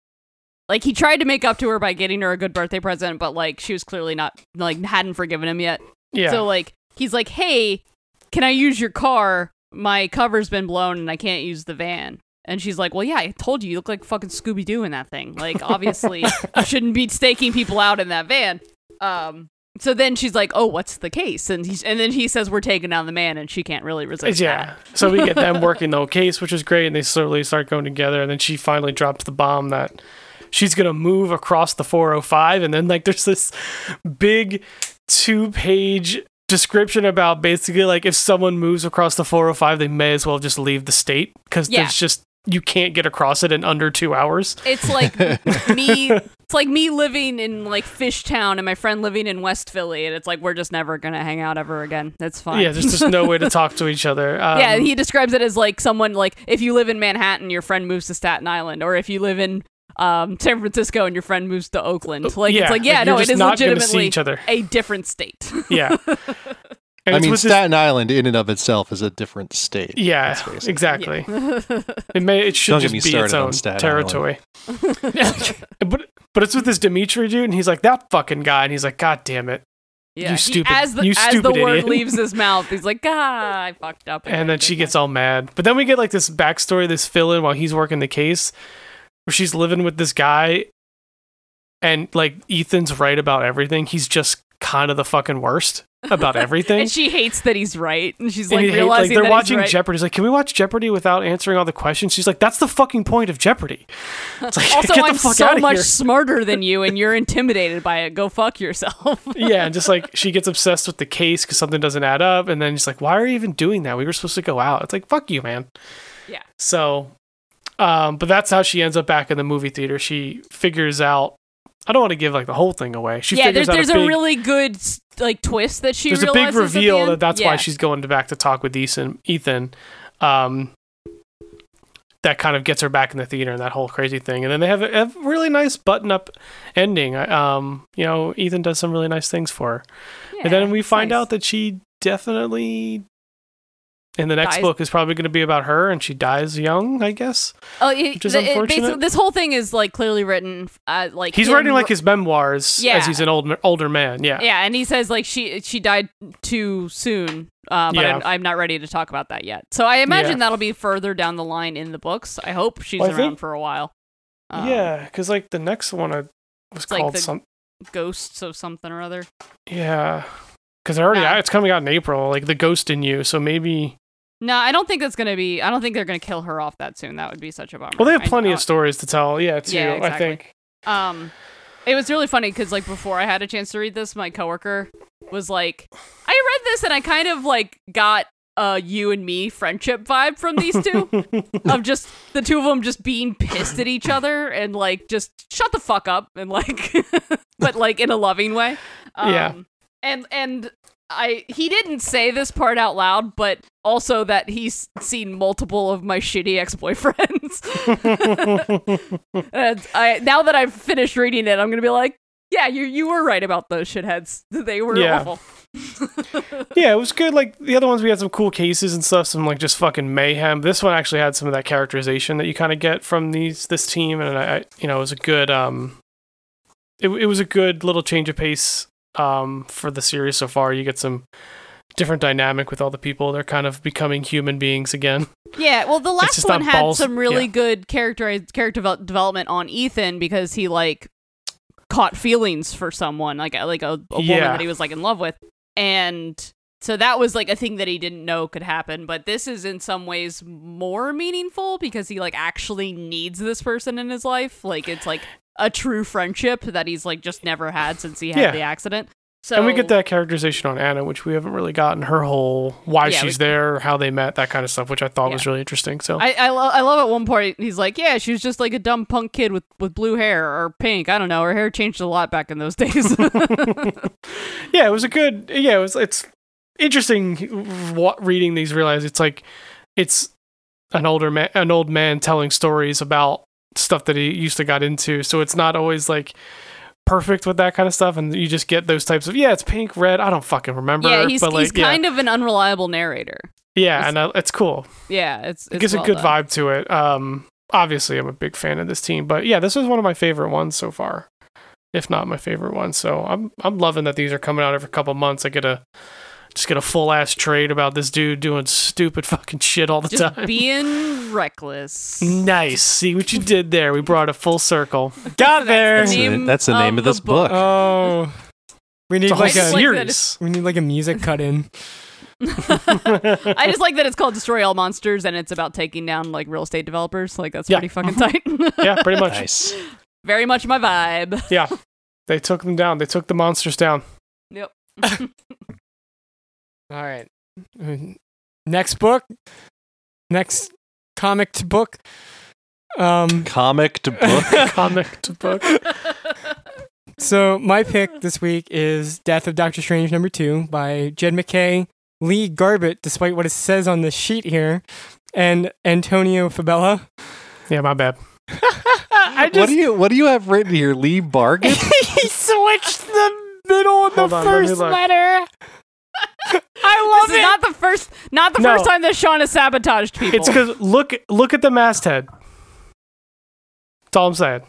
Speaker 4: like he tried to make up to her by getting her a good birthday present, but like she was clearly not like hadn't forgiven him yet.
Speaker 3: yeah,
Speaker 4: So like he's like, "Hey, can I use your car? My cover's been blown and I can't use the van." And she's like, "Well, yeah, I told you, you look like fucking Scooby Doo in that thing. Like, obviously, you shouldn't be staking people out in that van." Um. So then she's like, "Oh, what's the case?" And he's, and then he says, "We're taking down the man," and she can't really resist.
Speaker 3: yeah. so we get them working the whole case, which is great, and they slowly start going together, and then she finally drops the bomb that she's gonna move across the 405, and then like there's this big two page description about basically like if someone moves across the 405, they may as well just leave the state because
Speaker 4: Yeah.
Speaker 3: there's just you can't get across it in under two hours.
Speaker 4: that. It's like me. It's like me living in like Fishtown and my friend living in West Philly, and it's like we're just never gonna hang out ever again. That's fine.
Speaker 3: Yeah, there's just no way to talk to each other. Um,
Speaker 4: yeah, he describes it as like someone like if you live in Manhattan, your friend moves to Staten Island, or if you live in um, San Francisco and your friend moves to Oakland. Like it's like yeah,
Speaker 3: Oh, you're
Speaker 4: no, it
Speaker 3: just
Speaker 4: is
Speaker 3: not gonna see
Speaker 4: legitimately
Speaker 3: each other.
Speaker 4: a different state.
Speaker 3: Yeah, and
Speaker 2: I
Speaker 3: it's
Speaker 2: mean,
Speaker 3: with this-
Speaker 2: Staten Island in and of itself is a different state.
Speaker 3: Yeah,
Speaker 2: Let's face it.
Speaker 3: exactly. It may it should
Speaker 2: Don't get
Speaker 3: just
Speaker 2: me
Speaker 3: be its
Speaker 2: started on
Speaker 3: own
Speaker 2: Staten
Speaker 3: territory. but but it's with this Dimitri dude, and he's like that fucking guy, and he's like, God damn it!
Speaker 4: yeah,
Speaker 3: You
Speaker 4: he-
Speaker 3: stupid-
Speaker 4: as the
Speaker 3: you
Speaker 4: as
Speaker 3: stupid
Speaker 4: the word
Speaker 3: idiot.
Speaker 4: leaves his mouth, he's like, ah, I fucked up.
Speaker 3: And then she
Speaker 4: again."
Speaker 3: gets all mad. But then we get like this backstory, this fill in while he's working the case, where she's living with this guy, and like Ethan's right about everything. He's just kind of the fucking worst about everything.
Speaker 4: and she hates that he's right, and she's
Speaker 3: And
Speaker 4: like
Speaker 3: he hates-
Speaker 4: realizing
Speaker 3: they're
Speaker 4: that
Speaker 3: watching
Speaker 4: he's right.
Speaker 3: Jeopardy. He's like, can we watch Jeopardy without answering all the questions? She's like, that's the fucking point of Jeopardy. It's like,
Speaker 4: also,
Speaker 3: get the
Speaker 4: I'm
Speaker 3: fuck
Speaker 4: so
Speaker 3: outta
Speaker 4: much
Speaker 3: here.
Speaker 4: smarter than you, and you're intimidated by it. Go fuck yourself.
Speaker 3: yeah, and just like she gets obsessed with the case because something doesn't add up, and then she's like, "Why are you even doing that? We were supposed to go out." It's like, "Fuck you, man."
Speaker 4: Yeah.
Speaker 3: So, um, but that's how she ends up back in the movie theater. She figures out. I don't want to give like the whole thing away. She
Speaker 4: yeah,
Speaker 3: figures
Speaker 4: there's
Speaker 3: out
Speaker 4: there's
Speaker 3: a
Speaker 4: a,
Speaker 3: big,
Speaker 4: really good s- like twist that she
Speaker 3: there's a big
Speaker 4: realizes at the
Speaker 3: reveal
Speaker 4: end.
Speaker 3: that that's
Speaker 4: Yeah.
Speaker 3: why she's going to back to talk with Ethan. Ethan, um, that kind of gets her back in the theater and that whole crazy thing. And then they have a, a really nice button up ending. I- Um, you know, Ethan does some really nice things for her. and
Speaker 4: Yeah,
Speaker 3: then we
Speaker 4: it's
Speaker 3: find
Speaker 4: nice.
Speaker 3: out that she definitely and the next
Speaker 4: Dies.
Speaker 3: book is probably going to be about her and she dies young i guess
Speaker 4: oh, it,
Speaker 3: which is
Speaker 4: the- it- basically-
Speaker 3: unfortunate.
Speaker 4: this whole thing is like clearly written. Uh, like
Speaker 3: he's
Speaker 4: him-
Speaker 3: writing like his memoirs
Speaker 4: Yeah.
Speaker 3: as he's an old older man yeah
Speaker 4: yeah, and he says like she she died too soon. Uh, but
Speaker 3: Yeah.
Speaker 4: I'm, I'm not ready to talk about that yet. So I imagine
Speaker 3: Yeah.
Speaker 4: that'll be further down the line in the books. I hope she's
Speaker 3: Well, I
Speaker 4: around
Speaker 3: think-
Speaker 4: for a while. Um,
Speaker 3: yeah because like the next one I, was
Speaker 4: like
Speaker 3: called
Speaker 4: the-
Speaker 3: some
Speaker 4: ghosts of something or other.
Speaker 3: yeah because i already
Speaker 4: Nah.
Speaker 3: it's coming out in april like the ghost in you so maybe
Speaker 4: No, I don't think that's gonna be. I don't think they're gonna kill her off that soon. That would be such a bummer.
Speaker 3: well they have
Speaker 4: I-
Speaker 3: plenty of
Speaker 4: I-
Speaker 3: stories to tell yeah too
Speaker 4: Yeah,
Speaker 3: i
Speaker 4: exactly.
Speaker 3: think
Speaker 4: Um, it was really funny because like before I had a chance to read this, my coworker was like, "I read this and I kind of like got a you and me friendship vibe from these two of just the two of them just being pissed at each other and like just shut the fuck up and like, but like in a loving way." Um,
Speaker 3: Yeah.
Speaker 4: and and. I he didn't say this part out loud, but also that he's seen multiple of my shitty ex boyfriends. And I now that I've finished reading it, I'm gonna be like, yeah, you you were right about those shitheads. They were
Speaker 3: Yeah.
Speaker 4: awful.
Speaker 3: yeah it was good like the other ones we had some cool cases and stuff some like just fucking mayhem this one actually had some of that characterization that you kind of get from these this team and i I- you know it was a good um it, it was a good little change of pace um for the series so far you get some different dynamic with all the people they're kind of becoming human beings again
Speaker 4: Yeah, well, the last
Speaker 3: just
Speaker 4: one
Speaker 3: not
Speaker 4: had
Speaker 3: balls-
Speaker 4: some really
Speaker 3: yeah.
Speaker 4: good character character devel- development on Ethan because he like caught feelings for someone, like uh, like a, a woman
Speaker 3: Yeah.
Speaker 4: that he was like in love with, and so that was like a thing that he didn't know could happen. But this is in some ways more meaningful because he like actually needs this person in his life. Like it's like a true friendship that he's like just never had since he had
Speaker 3: Yeah.
Speaker 4: the accident. So
Speaker 3: and we get that characterization on anna which we haven't really gotten her whole why
Speaker 4: Yeah,
Speaker 3: she's
Speaker 4: we-
Speaker 3: there how they met that kind of stuff which i thought was really interesting so
Speaker 4: I I, lo- I love at one point he's like, yeah, she was just like a dumb punk kid with with blue hair or pink. I don't know. Her hair changed a lot back in those days.
Speaker 3: yeah, it was a good. Yeah, it was. It's interesting wa- reading these. Realize it's like it's an older man, an old man telling stories about stuff that he used to got into. So it's not always like perfect with that kind of stuff, and you just get those types of yeah, it's pink, red. I don't fucking remember.
Speaker 4: yeah, he's,
Speaker 3: but like,
Speaker 4: he's kind of an unreliable narrator.
Speaker 3: yeah, yeah, and uh, it's cool.
Speaker 4: Yeah, it's, it's
Speaker 3: it gives
Speaker 4: well
Speaker 3: a good
Speaker 4: done.
Speaker 3: vibe to it. Um, obviously, I'm a big fan of this team, but yeah, this is one of my favorite ones so far, if not my favorite one. So I'm I'm loving that these are coming out every couple months. I get a just get a full ass trade about this dude doing stupid fucking shit all the
Speaker 4: Just
Speaker 3: time.
Speaker 4: being reckless.
Speaker 3: nice. See what you did there. We brought it full circle.
Speaker 5: Got there.
Speaker 2: That's the
Speaker 4: name
Speaker 2: name, that's the
Speaker 4: of
Speaker 2: name of
Speaker 4: the
Speaker 2: this
Speaker 4: book.
Speaker 2: book.
Speaker 5: Oh, we need
Speaker 3: It's a whole
Speaker 5: like
Speaker 4: just
Speaker 5: a
Speaker 4: like
Speaker 3: series.
Speaker 5: we need like a music cut in.
Speaker 3: Oh.
Speaker 4: I just like that it's called Destroy All Monsters and it's about taking down like real estate developers. Like that's
Speaker 3: Yeah. Mm-hmm.
Speaker 4: pretty fucking tight.
Speaker 3: yeah, pretty much.
Speaker 2: nice.
Speaker 4: Very much my vibe.
Speaker 3: Yeah. They took them down. They took the monsters down.
Speaker 4: Yep.
Speaker 5: All right. Mm, Next book. Next comic to book. Um.
Speaker 2: Comic to book.
Speaker 3: Comic to book.
Speaker 5: So my pick this week is Death of Doctor Strange number two by Jed McKay, Lee Garbett, despite what it says on the sheet here, and Antonio Fabella.
Speaker 3: Yeah, my bad.
Speaker 5: I
Speaker 2: what
Speaker 5: just
Speaker 2: do you What do you have written here? Lee Bargain.
Speaker 5: he switched the middle and
Speaker 3: Hold
Speaker 5: the
Speaker 3: on, let me
Speaker 5: first
Speaker 3: look.
Speaker 5: letter. I love
Speaker 4: This is
Speaker 5: it.
Speaker 4: not the first not the
Speaker 3: No.
Speaker 4: first time that Sean has sabotaged people.
Speaker 3: It's because look look at the masthead. That's all I'm saying.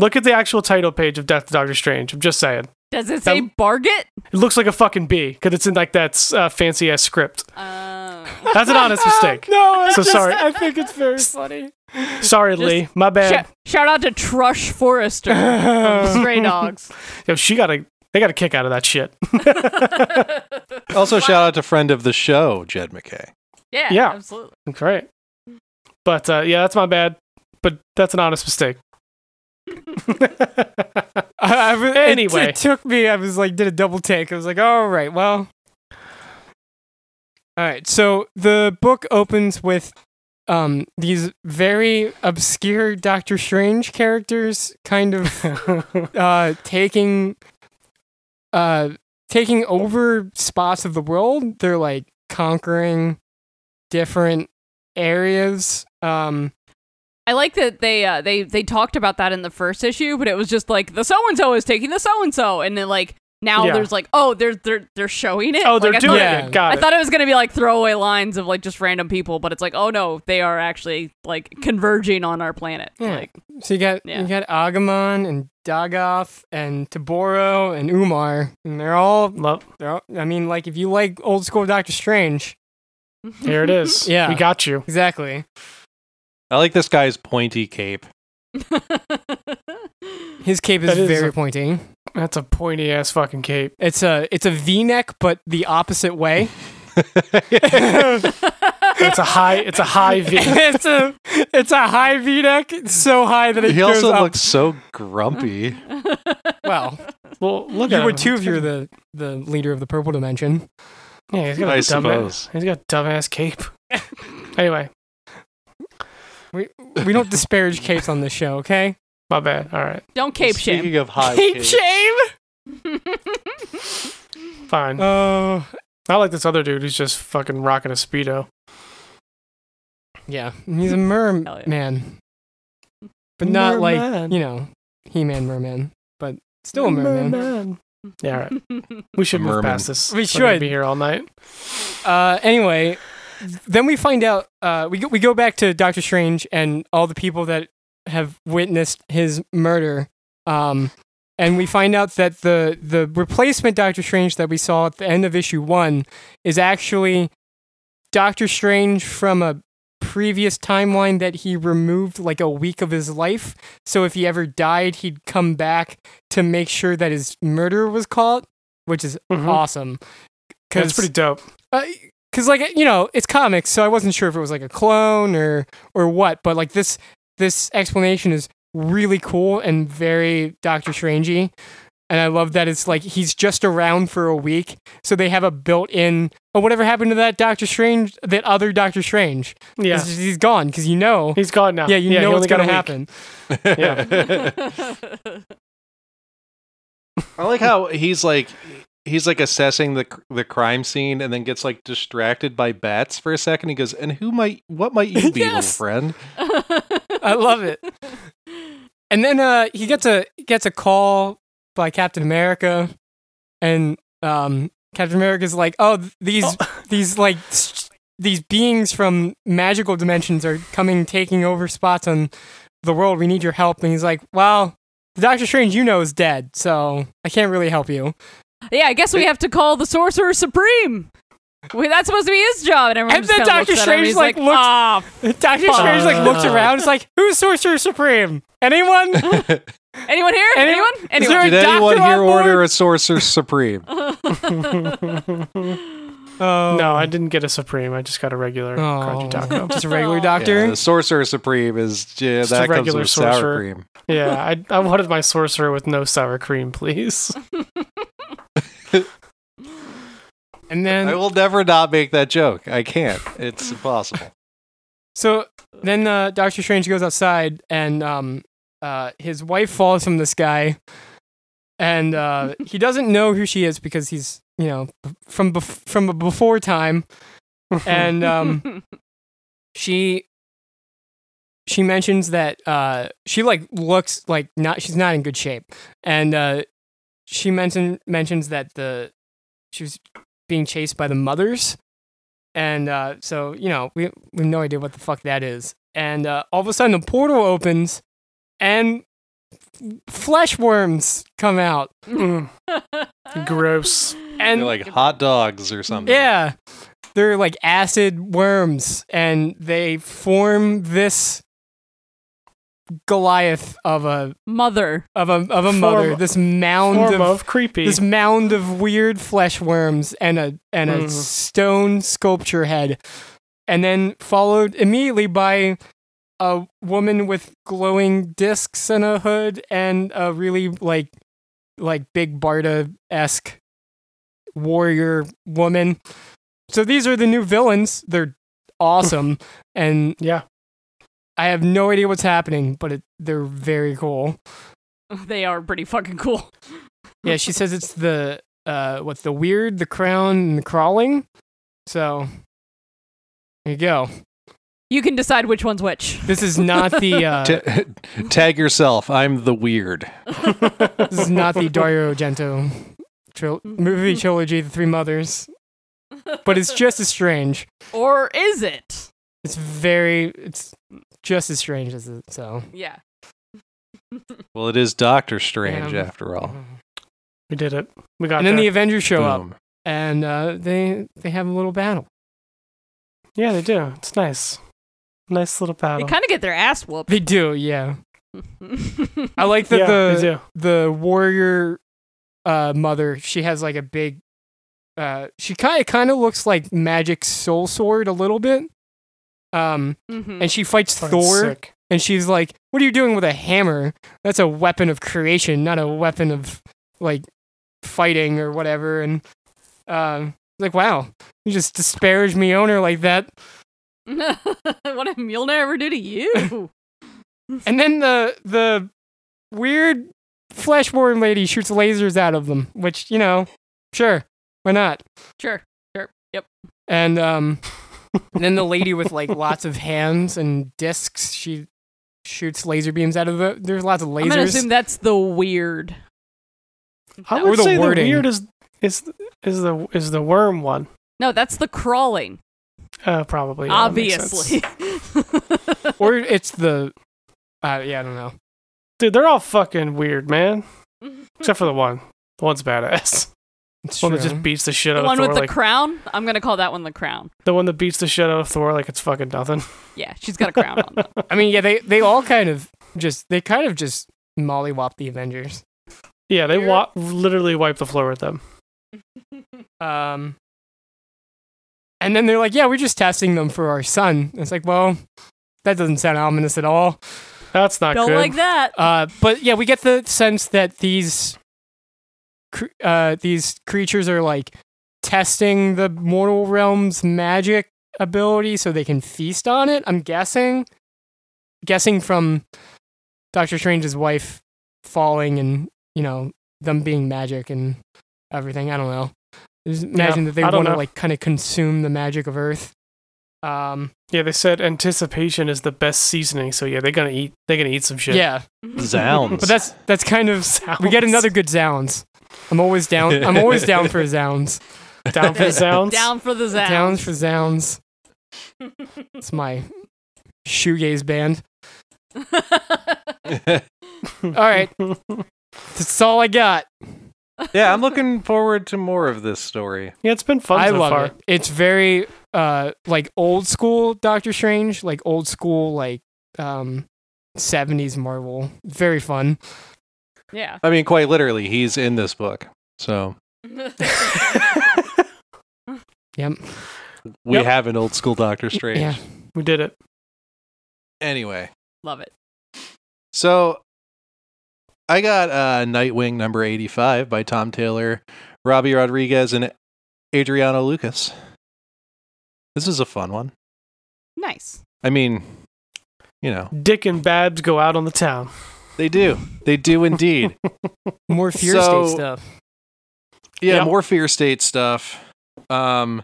Speaker 3: Look at the actual title page of Death of Doctor Strange. I'm just saying.
Speaker 4: Does it say
Speaker 3: that-
Speaker 4: Barget?
Speaker 3: It looks like a fucking B because it's in like that s- uh, fancy ass script.
Speaker 4: Uh,
Speaker 3: That's an honest mistake.
Speaker 5: no, it's
Speaker 3: So
Speaker 5: just-
Speaker 3: sorry.
Speaker 5: I think it's very funny.
Speaker 3: Sorry,
Speaker 4: Just-
Speaker 3: Lee. My bad.
Speaker 4: sh- shout out to Trush Forrester
Speaker 5: Um,
Speaker 4: from Stray Dogs.
Speaker 3: Yo, she got a they got a kick out of that shit.
Speaker 2: also, shout out to friend of the show, Jed McKay.
Speaker 4: Yeah,
Speaker 3: Yeah.
Speaker 4: absolutely.
Speaker 3: Great. But uh, yeah, that's my bad. But that's an honest mistake.
Speaker 5: I, I re- it-
Speaker 3: Anyway.
Speaker 5: it, took me. I was like, did a double take. I was like, all right, well, all right. So the book opens with um these very obscure Doctor Strange characters, kind of uh taking uh taking over spots of the world. They're like conquering different areas. Um,
Speaker 4: I like that they uh, they they talked about that in the first issue, but it was just like the so and so is taking the so and so, and then like now
Speaker 3: Yeah.
Speaker 4: there's like oh they're they're they're showing it.
Speaker 3: oh, they're
Speaker 4: Like, I
Speaker 3: doing
Speaker 4: thought
Speaker 5: Yeah.
Speaker 3: it. Got
Speaker 4: I
Speaker 3: it.
Speaker 4: thought it was gonna be like throwaway lines of like just random people, but it's like oh no, they are actually like converging on our planet.
Speaker 5: Yeah.
Speaker 4: Like
Speaker 5: So you got
Speaker 4: Yeah.
Speaker 5: you got Agumon and Dagoth and Taboro and Umar, and they're all
Speaker 3: Love.
Speaker 5: they're all, I mean, like if you like old school Doctor Strange,
Speaker 3: Here it is.
Speaker 5: Yeah.
Speaker 3: we got you.
Speaker 5: exactly.
Speaker 2: I like this guy's pointy cape.
Speaker 5: His cape is,
Speaker 3: That is
Speaker 5: very
Speaker 3: a-
Speaker 5: pointy.
Speaker 3: That's a pointy ass fucking cape.
Speaker 5: It's a it's a V neck, but the opposite way.
Speaker 3: It's a high. It's a high V.
Speaker 5: it's a it's a high V neck, It's so high that it
Speaker 2: he
Speaker 5: goes
Speaker 2: also
Speaker 5: up.
Speaker 2: looks so grumpy.
Speaker 5: well.
Speaker 3: Well, look at
Speaker 5: You
Speaker 3: him.
Speaker 5: would too if you're the the leader of the purple dimension.
Speaker 3: Yeah, he's got a
Speaker 2: I
Speaker 3: dumbass.
Speaker 2: suppose.
Speaker 3: He's got a dumbass cape. anyway,
Speaker 5: We we don't disparage capes on this show, okay?
Speaker 3: my bad. All right,
Speaker 4: don't cape shame.
Speaker 2: Speaking of high
Speaker 5: Cape
Speaker 2: cape,
Speaker 5: shame.
Speaker 3: fine.
Speaker 5: Oh,
Speaker 3: Not like this other dude who's just fucking rocking a speedo.
Speaker 5: Yeah, he's a merman,
Speaker 4: Hell yeah.
Speaker 5: but not like
Speaker 3: Merman.
Speaker 5: you know, He-Man merman, but still a merman.
Speaker 3: Yeah, all right. We should
Speaker 2: A
Speaker 3: move
Speaker 2: merman.
Speaker 3: past this.
Speaker 5: We
Speaker 3: We're gonna
Speaker 5: should.
Speaker 3: be here all night.
Speaker 5: Uh, anyway, then we find out. Uh, we go, we go back to Doctor Strange and all the people that have witnessed his murder. Um, and we find out that the the replacement Doctor Strange that we saw at the end of issue one is actually Doctor Strange from a previous timeline that he removed like a week of his life. So if he ever died, he'd come back to make sure that his murderer was caught, which is
Speaker 3: Mhm.
Speaker 5: awesome.
Speaker 3: That's pretty dope.
Speaker 5: because Uh, like you know it's comics so i wasn't sure if it was like a clone or or what but like this this explanation is really cool and very doctor strangey and i love that it's like he's just around for a week so they have a built-in oh whatever happened to that doctor strange that other doctor strange
Speaker 3: Yeah,
Speaker 5: It's just- he's gone because you know
Speaker 3: he's gone now.
Speaker 5: yeah you
Speaker 3: he
Speaker 5: know what's
Speaker 3: only got
Speaker 5: gonna
Speaker 3: a week.
Speaker 5: happen
Speaker 2: I like how he's like he's like assessing the cr- the crime scene and then gets like distracted by bats for a second. He goes, "And who might? What might you be,
Speaker 5: Yes.
Speaker 2: little friend?"
Speaker 5: i love it And then uh, he gets a he gets a call by Captain America, and um, Captain America's like, "Oh, th- these these like s- these beings from magical dimensions are coming, taking over spots on the world. We need your help." And he's like, "Well, the Doctor Strange you know is dead, so I can't really help you."
Speaker 4: Yeah, I guess we have to call the Sorcerer Supreme. Wait, that's supposed to be his job, and everyone
Speaker 5: And
Speaker 4: just
Speaker 5: then
Speaker 4: kinda
Speaker 5: Doctor
Speaker 4: looks at him and
Speaker 5: Strange,
Speaker 4: he's
Speaker 5: like,
Speaker 4: like,
Speaker 5: looks-
Speaker 4: ah,
Speaker 5: Doctor Strange like looks around. It's like, "Who's Sorcerer Supreme? Anyone?
Speaker 4: anyone here?
Speaker 5: Any-
Speaker 4: Anyone?
Speaker 5: Is
Speaker 4: Anyone?
Speaker 5: there
Speaker 2: Did
Speaker 5: doctor
Speaker 2: anyone
Speaker 5: on
Speaker 2: here
Speaker 5: board?
Speaker 2: order a Sorcerer Supreme?
Speaker 5: Oh
Speaker 3: No, I didn't get a Supreme. I just got a regular
Speaker 5: Oh,
Speaker 3: Crunchy Taco.
Speaker 5: just a regular doctor.
Speaker 2: Yeah, the Sorcerer Supreme is yeah,
Speaker 3: Just a
Speaker 2: that comes
Speaker 3: regular
Speaker 2: with sour
Speaker 3: sorcerer.
Speaker 2: cream.
Speaker 3: yeah, I, I wanted my Sorcerer with no sour cream, please.
Speaker 5: And then
Speaker 2: I will never not make that joke. I can't. It's impossible.
Speaker 5: So then uh, Doctor Strange goes outside, and um, uh, his wife falls from the sky, and uh, he doesn't know who she is because he's you know from bef- from a before time, and um, she she mentions that uh, she like looks like not she's not in good shape, and uh, she mention mentions that the she was being chased by the mothers, and uh, so you know we we have no idea what the fuck that is, and uh, all of a sudden a portal opens, and flesh worms come out,
Speaker 3: Mm, gross.
Speaker 5: and
Speaker 2: They're like "Oh, hot dogs or something.
Speaker 5: Yeah. They're like acid worms and they form this Goliath of a
Speaker 4: mother.
Speaker 5: of a of a mother, this mound
Speaker 3: Form
Speaker 5: of,
Speaker 3: of creepy.
Speaker 5: this mound of weird flesh worms and a and a
Speaker 3: Mhm.
Speaker 5: stone sculpture head. And then followed immediately by a woman with glowing discs and a hood and a really like like big Barda esque warrior woman. So these are the new villains. They're awesome, and
Speaker 3: yeah.
Speaker 5: I have no idea what's happening, but it, they're very cool.
Speaker 4: They are pretty fucking cool.
Speaker 5: Yeah, she says it's the uh, what's the weird, the crown, and the crawling. So there you go.
Speaker 4: You can decide which one's which.
Speaker 5: This is not the uh,
Speaker 2: Ta- tag yourself. I'm the weird.
Speaker 5: this is not the Dario Argento tril- movie trilogy, The Three Mothers, but it's just as strange.
Speaker 4: Or is it?
Speaker 5: It's very, it's just as strange as it. So
Speaker 4: Yeah.
Speaker 2: Well, it is Doctor Strange
Speaker 5: Yeah.
Speaker 2: after all.
Speaker 3: We did it. We got
Speaker 5: and then the
Speaker 3: there.
Speaker 5: Avengers show up,
Speaker 2: Boom.
Speaker 5: and uh, they they have a little battle.
Speaker 3: yeah, they do. It's nice. Nice little
Speaker 4: They
Speaker 3: battle.
Speaker 4: kind of get their ass whooped.
Speaker 5: They do, yeah. I like that
Speaker 3: yeah, they
Speaker 5: the
Speaker 3: do.
Speaker 5: the warrior uh, mother. She has like a big. Uh, she kind of kind of looks like Magic Soul Sword a little bit. Um,
Speaker 4: Mhm.
Speaker 5: and she fights
Speaker 3: Fucking
Speaker 5: Thor,
Speaker 3: sick.
Speaker 5: and she's like, "What are you doing with a hammer? That's a weapon of creation, not a weapon of like fighting or whatever." And um, like, wow, you just disparage me owner like that.
Speaker 4: what did Mjolnir ever do to you?
Speaker 5: And then the the weird flesh worm lady shoots lasers out of them, which you know, sure, why not?
Speaker 4: sure. Sure. Yep.
Speaker 5: And um, and then the lady with like lots of hands and discs, she shoots laser beams out of the. There's lots of
Speaker 4: I'm gonna
Speaker 5: lasers.
Speaker 4: assume that's the weird.
Speaker 3: I
Speaker 4: That
Speaker 5: or
Speaker 3: would
Speaker 5: the
Speaker 3: say
Speaker 5: wording.
Speaker 3: the weird is is is the is the worm one.
Speaker 4: No, that's the crawling.
Speaker 3: Uh, probably. yeah, that makes sense.
Speaker 4: obviously.
Speaker 5: or it's the. Uh, yeah, I don't know.
Speaker 3: Dude, they're all fucking weird, man. Except for the one. The one's badass.
Speaker 5: It's
Speaker 3: The one that
Speaker 5: true.
Speaker 3: just beats the shit out
Speaker 4: the
Speaker 3: of
Speaker 4: one
Speaker 3: Thor.
Speaker 4: with the
Speaker 3: like,
Speaker 4: crown. I'm gonna call that one the crown.
Speaker 3: the one that beats the shit out of Thor like it's fucking nothing.
Speaker 4: Yeah, she's got a crown on. though.
Speaker 5: I mean, yeah, they they all kind of just they kind of just mollywop the Avengers.
Speaker 3: Yeah, they
Speaker 4: You're-
Speaker 3: wa- literally wipe the floor with them.
Speaker 5: Um, and then they're like, "Yeah, we're just testing them for our son." And it's like, well, that doesn't sound ominous at all.
Speaker 3: That's not
Speaker 4: Don't
Speaker 3: good.
Speaker 4: like that.
Speaker 5: Uh, but yeah, we get the sense that these cr- uh, these creatures are like testing the mortal realm's magic ability so they can feast on it. I'm guessing, guessing from Doctor Strange's wife falling and you know them being magic and everything. I don't know. Just imagine that they
Speaker 3: I don't
Speaker 5: want to
Speaker 3: know.
Speaker 5: like kind of consume the magic of Earth. Um,
Speaker 3: Yeah, they said anticipation is the best seasoning. So yeah, they're gonna eat. They're gonna eat some shit.
Speaker 5: yeah,
Speaker 2: Zounds.
Speaker 5: but that's that's kind of
Speaker 3: Sounds.
Speaker 5: we get another good zounds. I'm always down. I'm always down for zounds.
Speaker 3: down for the sounds.
Speaker 4: Down for the sound.
Speaker 5: Downs for zounds. It's my shoegaze band. All right, that's all I got.
Speaker 2: yeah, I'm looking forward to more of this story.
Speaker 3: Yeah, it's been fun
Speaker 5: I
Speaker 3: so
Speaker 5: love
Speaker 3: far.
Speaker 5: it. It's very uh like old school Doctor Strange, like old school like um 70s Marvel. Very fun.
Speaker 4: yeah.
Speaker 2: I mean, quite literally, he's in this book. So
Speaker 5: Yep.
Speaker 2: we
Speaker 3: Yep.
Speaker 2: have an old school Doctor Strange.
Speaker 5: Yeah.
Speaker 3: We did it.
Speaker 2: Anyway,
Speaker 4: Love it.
Speaker 2: so I got uh, Nightwing number 85 by Tom Taylor, Robbie Rodriguez, and Adriano Lucas. This is a fun one.
Speaker 4: Nice.
Speaker 2: I mean, you know,
Speaker 3: Dick and Babs go out on the town.
Speaker 2: they do. They do indeed.
Speaker 5: More Fear
Speaker 2: So-
Speaker 5: State stuff.
Speaker 2: yeah,
Speaker 3: Yep.
Speaker 2: more fear state stuff. Um,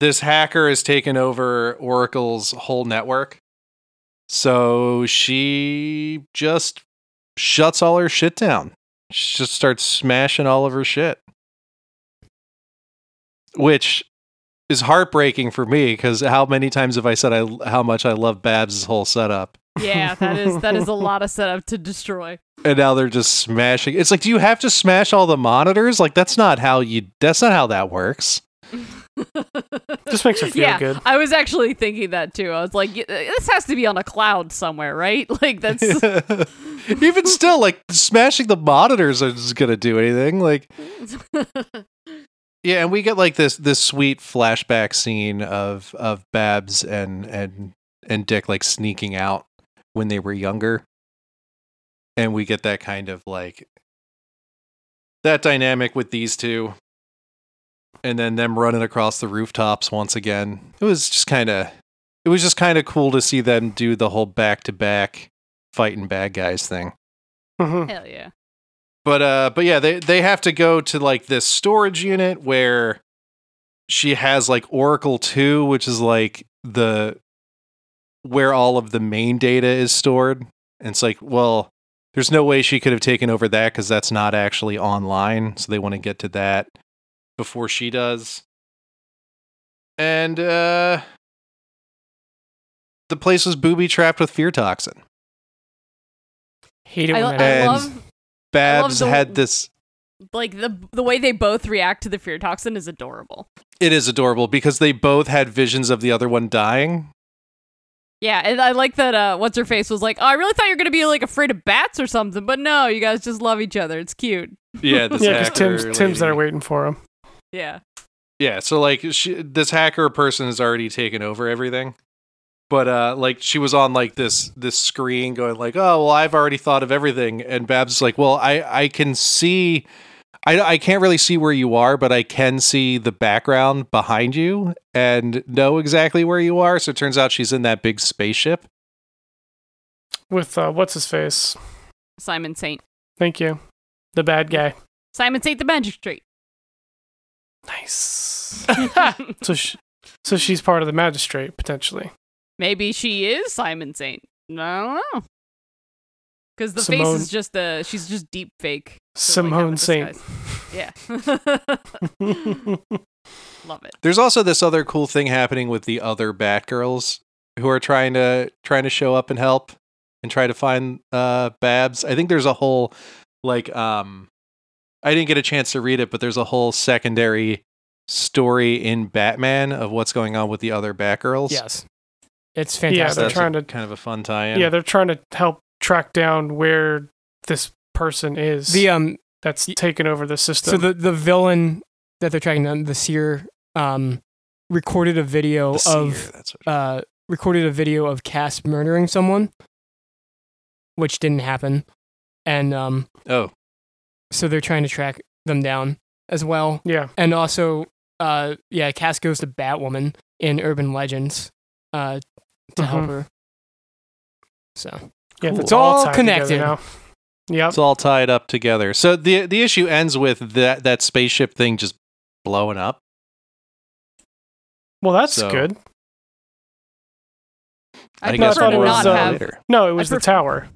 Speaker 2: this hacker has taken over Oracle's whole network, so she just shuts all her shit down. She just starts smashing all of her shit, which is heartbreaking for me because how many times have I said I how much I love Babs' whole setup,
Speaker 4: Yeah, that is that is a lot of setup to destroy.
Speaker 2: and now they're just smashing. It's like, do you have to smash all the monitors? Like that's not how you. That's not how that works.
Speaker 3: Just makes her feel
Speaker 4: yeah,
Speaker 3: good.
Speaker 4: I was actually thinking that too. I was like, y- uh, this has to be on a cloud somewhere, right? Like that's
Speaker 2: Even still, like smashing the monitors is gonna do anything. Like, yeah, and we get like this this sweet flashback scene of of Babs and and and Dick like sneaking out when they were younger, and we get that kind of like that dynamic with these two, and then them running across the rooftops once again. It was just kind of it was just kind of cool to see them do the whole back to back fighting bad guys thing.
Speaker 3: Mhm.
Speaker 4: hell yeah.
Speaker 2: But uh but yeah, they they have to go to like this storage unit where she has like Oracle 2, which is like the where all of the main data is stored. And it's like, well, there's no way she could have taken over that cuz that's not actually online, so they want to get to that before she does. And uh the place was booby trapped with fear toxin.
Speaker 5: Hate it
Speaker 4: I,
Speaker 5: when
Speaker 4: lo-
Speaker 5: that
Speaker 4: I
Speaker 2: And-
Speaker 5: happens.
Speaker 4: love
Speaker 2: Babs
Speaker 4: the-
Speaker 2: had this.
Speaker 4: like the the way they both react to the fear toxin is adorable.
Speaker 2: It is adorable because they both had visions of the other one dying.
Speaker 4: Yeah, and I like that. Uh, what's her face was like, oh, I really thought you were gonna be like afraid of bats or something, but no, you guys just love each other. It's cute.
Speaker 2: Yeah, this
Speaker 3: Yeah, because
Speaker 2: hacker
Speaker 3: Tim's Tim's there
Speaker 2: lady.
Speaker 3: waiting for him.
Speaker 4: Yeah,
Speaker 2: Yeah, so like she, this hacker person has already taken over everything, but uh, like she was on like this this screen going like, oh well, I've already thought of everything, and Babs is like, well, I I can see. I, I can't really see where you are, but I can see the background behind you and know exactly where you are. So it turns out she's in that big spaceship.
Speaker 3: with uh, what's his face.
Speaker 4: Simon Saint.
Speaker 3: Thank you, the bad guy.
Speaker 4: Simon Saint the Magic Tree.
Speaker 3: Nice. so, sh so she's part of the magistrate potentially.
Speaker 4: Maybe she is Simon Saint. I don't know. Because the
Speaker 3: Simone-
Speaker 4: face is just a she's just deep fake. to, like, have a
Speaker 3: Simone Saint.
Speaker 4: disguise. Yeah. Love it.
Speaker 2: There's also this other cool thing happening with the other Batgirls who are trying to trying to show up and help and try to find uh Babs. I think there's a whole like um I didn't get a chance to read it, but there's a whole secondary story in Batman of what's going on with the other Batgirls.
Speaker 5: Yes. It's
Speaker 3: Yeah,
Speaker 5: fantastic.
Speaker 2: So
Speaker 3: they're
Speaker 2: that's
Speaker 3: trying
Speaker 2: a-
Speaker 3: to-
Speaker 2: kind of a fun tie-in.
Speaker 3: yeah, they're trying to help track down where this person is
Speaker 5: the um
Speaker 3: that's taken over the system.
Speaker 5: so the the villain that they're tracking down, the seer um recorded a video
Speaker 2: The
Speaker 5: of
Speaker 2: Seer, that's what-
Speaker 5: uh recorded a video of Cass murdering someone which didn't happen. And um
Speaker 3: uh,
Speaker 2: oh,
Speaker 5: so they're trying to track them down as well.
Speaker 3: yeah,
Speaker 5: And also, uh, yeah, Cass goes to Batwoman in Urban Legends uh, to help
Speaker 3: Mhm.
Speaker 5: her. So
Speaker 3: yeah,
Speaker 2: Cool.
Speaker 3: that's
Speaker 5: It's all
Speaker 3: tied together
Speaker 5: connected.
Speaker 3: now. Yep.
Speaker 2: it's all tied up together. So the the issue ends with that that spaceship thing just blowing up.
Speaker 3: Well, that's
Speaker 2: So-
Speaker 3: good.
Speaker 4: I,
Speaker 2: think
Speaker 3: no, I
Speaker 2: that's
Speaker 4: prefer
Speaker 2: what
Speaker 3: thought
Speaker 4: to
Speaker 3: it was,
Speaker 4: not
Speaker 3: uh,
Speaker 4: have.
Speaker 3: No, it was the
Speaker 4: prefer-
Speaker 3: tower.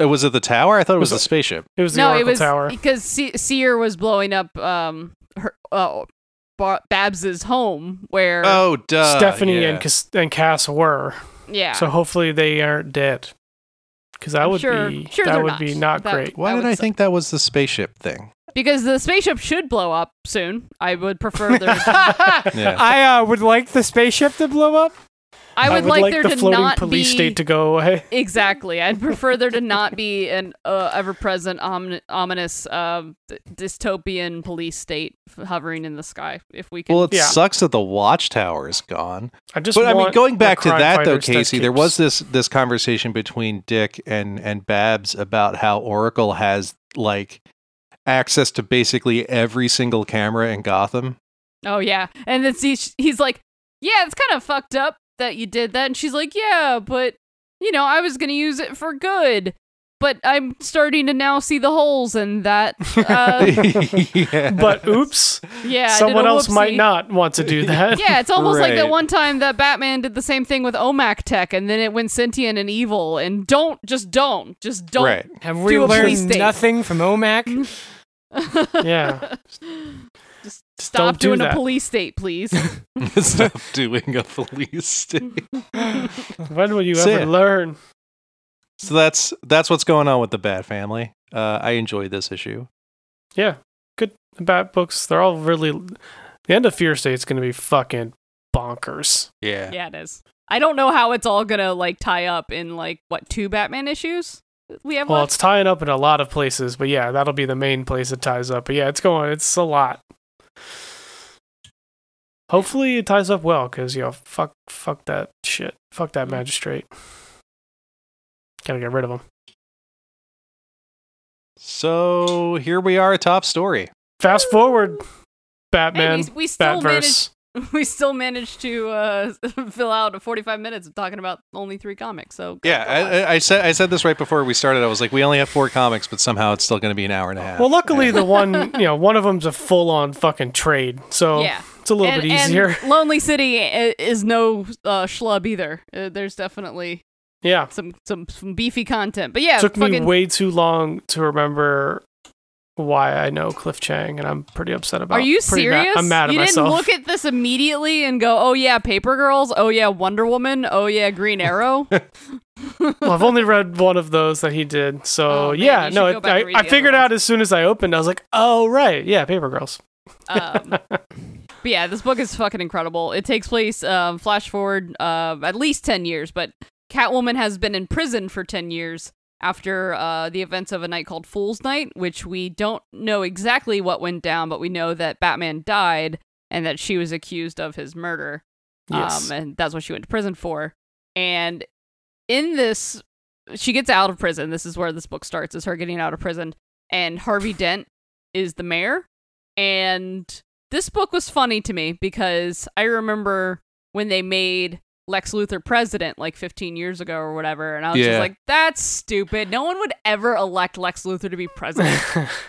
Speaker 2: Uh, was it the tower? I thought it was,
Speaker 3: Was it-
Speaker 2: the spaceship.
Speaker 3: It was the
Speaker 4: No,
Speaker 3: Oracle
Speaker 4: it was
Speaker 3: Tower.
Speaker 4: because Se- Seer was blowing up um her uh, Ba- Babs's home where
Speaker 2: Oh, duh.
Speaker 3: Stephanie
Speaker 2: yeah.
Speaker 3: and Cas- and Cass were.
Speaker 4: yeah.
Speaker 3: So hopefully they aren't dead. Because that
Speaker 4: I'm
Speaker 3: would
Speaker 4: sure-
Speaker 3: be
Speaker 4: sure
Speaker 3: that
Speaker 4: they're
Speaker 3: would
Speaker 4: not.
Speaker 3: be not
Speaker 4: That-
Speaker 3: great.
Speaker 2: Why
Speaker 4: I
Speaker 2: did
Speaker 4: would
Speaker 2: I
Speaker 4: say-
Speaker 2: think that was the spaceship thing?
Speaker 4: because the spaceship should blow up soon. I would prefer there.
Speaker 2: Yeah.
Speaker 5: I uh, would like the spaceship to blow up.
Speaker 4: I would, like, there
Speaker 3: the
Speaker 4: to
Speaker 3: floating
Speaker 4: not
Speaker 3: police
Speaker 4: be
Speaker 3: state to go away.
Speaker 4: exactly. I'd prefer there to not be an uh, ever-present omni- ominous um d- dystopian police state f- hovering in the sky. If we could,
Speaker 2: Well, it
Speaker 3: Yeah.
Speaker 2: sucks that the watchtower is gone.
Speaker 3: I just.
Speaker 2: But I mean,
Speaker 3: want
Speaker 2: going
Speaker 3: the
Speaker 2: back to
Speaker 3: crime
Speaker 2: that though,
Speaker 3: fighters that
Speaker 2: Casey, there
Speaker 3: keeps-
Speaker 2: was this this conversation between Dick and and Babs about how Oracle has like access to basically every single camera in Gotham.
Speaker 4: oh yeah, and then he's he's like, yeah, it's kind of fucked up that you did that, and she's like, yeah, but you know, I was gonna use it for good. But I'm starting to now see the holes in that. Uh,
Speaker 2: Yeah.
Speaker 3: But oops,
Speaker 4: yeah, I did a
Speaker 3: someone else might
Speaker 4: whoopsie.
Speaker 3: not want to do that.
Speaker 4: Yeah, it's almost like that
Speaker 2: Right.
Speaker 4: one time that Batman did the same thing with Omac Tech, and then it went sentient and evil. And don't, just don't, just don't.
Speaker 2: right.
Speaker 5: Have we
Speaker 4: Do a police
Speaker 5: learned
Speaker 4: state.
Speaker 5: nothing from OMAC?
Speaker 3: Yeah.
Speaker 4: Just,
Speaker 3: don't
Speaker 4: stop
Speaker 3: do
Speaker 4: doing
Speaker 3: that.
Speaker 4: a police state, please.
Speaker 2: Stop doing a police state.
Speaker 3: When will you
Speaker 2: Say
Speaker 3: ever
Speaker 2: it.
Speaker 3: learn?
Speaker 2: So that's that's what's going on with the Bat Family. Uh, I enjoyed this issue.
Speaker 3: Yeah, good Bat books. They're all really. The end of Fear State's going to be fucking bonkers.
Speaker 4: yeah, it is. I don't know how it's all gonna like tie up in like what two Batman issues we have
Speaker 3: Well,
Speaker 4: left.
Speaker 3: it's tying up in a lot of places, but yeah, that'll be the main place it ties up. But yeah, it's going. It's a lot. Hopefully, it ties up well because you know, fuck, fuck that shit. Fuck that magistrate. Gotta get rid of him
Speaker 2: So here we are, top story.
Speaker 3: Fast forward,
Speaker 4: Hey,
Speaker 3: Batman.
Speaker 4: we, we still managed.
Speaker 3: Batverse.
Speaker 4: We still managed to uh, fill out 45 minutes of talking about only three comics. So go-
Speaker 2: Yeah,
Speaker 4: go on.
Speaker 2: I, I- I said I said this right before we started. I was like, we only have four comics, but somehow it's still going to be an hour and a half.
Speaker 3: Well, luckily the one you know one of them's a full on fucking trade, so
Speaker 4: Yeah.
Speaker 3: it's a little
Speaker 4: and,
Speaker 3: bit
Speaker 4: and
Speaker 3: easier.
Speaker 4: Lonely City i- is no uh, schlub either. Uh, there's definitely
Speaker 3: yeah,
Speaker 4: some, some some beefy content. But yeah,
Speaker 3: took me
Speaker 4: fucking-
Speaker 3: way too long to remember why I know Cliff Chang, and I'm pretty upset about.
Speaker 4: are you
Speaker 3: pretty ma-
Speaker 4: serious?
Speaker 3: I'm mad at
Speaker 4: you
Speaker 3: myself.
Speaker 4: didn't look at this immediately and go, "Oh yeah, Paper Girls. Oh yeah, Wonder Woman. Oh yeah, Green Arrow."
Speaker 3: well, I've only read one of those that he did, so
Speaker 4: Oh, man,
Speaker 3: yeah,
Speaker 4: you
Speaker 3: no,
Speaker 4: should go
Speaker 3: it-
Speaker 4: back and
Speaker 3: I,
Speaker 4: read
Speaker 3: I
Speaker 4: the
Speaker 3: figured
Speaker 4: other
Speaker 3: out as soon as I opened, I was like, oh right, yeah, Paper Girls.
Speaker 4: um, but yeah, this book is fucking incredible. It takes place um, flash forward uh, at least ten years, but Catwoman has been in prison for ten years after uh, the events of a night called Fool's Night, which we don't know exactly what went down, but we know that Batman died and that she was accused of his murder.
Speaker 3: Yes.
Speaker 4: Um, and that's what she went to prison for. And in this, she gets out of prison. This is where this book starts: is her getting out of prison, and Harvey Dent is the mayor. And this book was funny to me because I remember when they made Lex Luthor president like 15 years ago or whatever, and I was
Speaker 2: Yeah.
Speaker 4: just like, "That's stupid. No one would ever elect Lex Luthor to be president.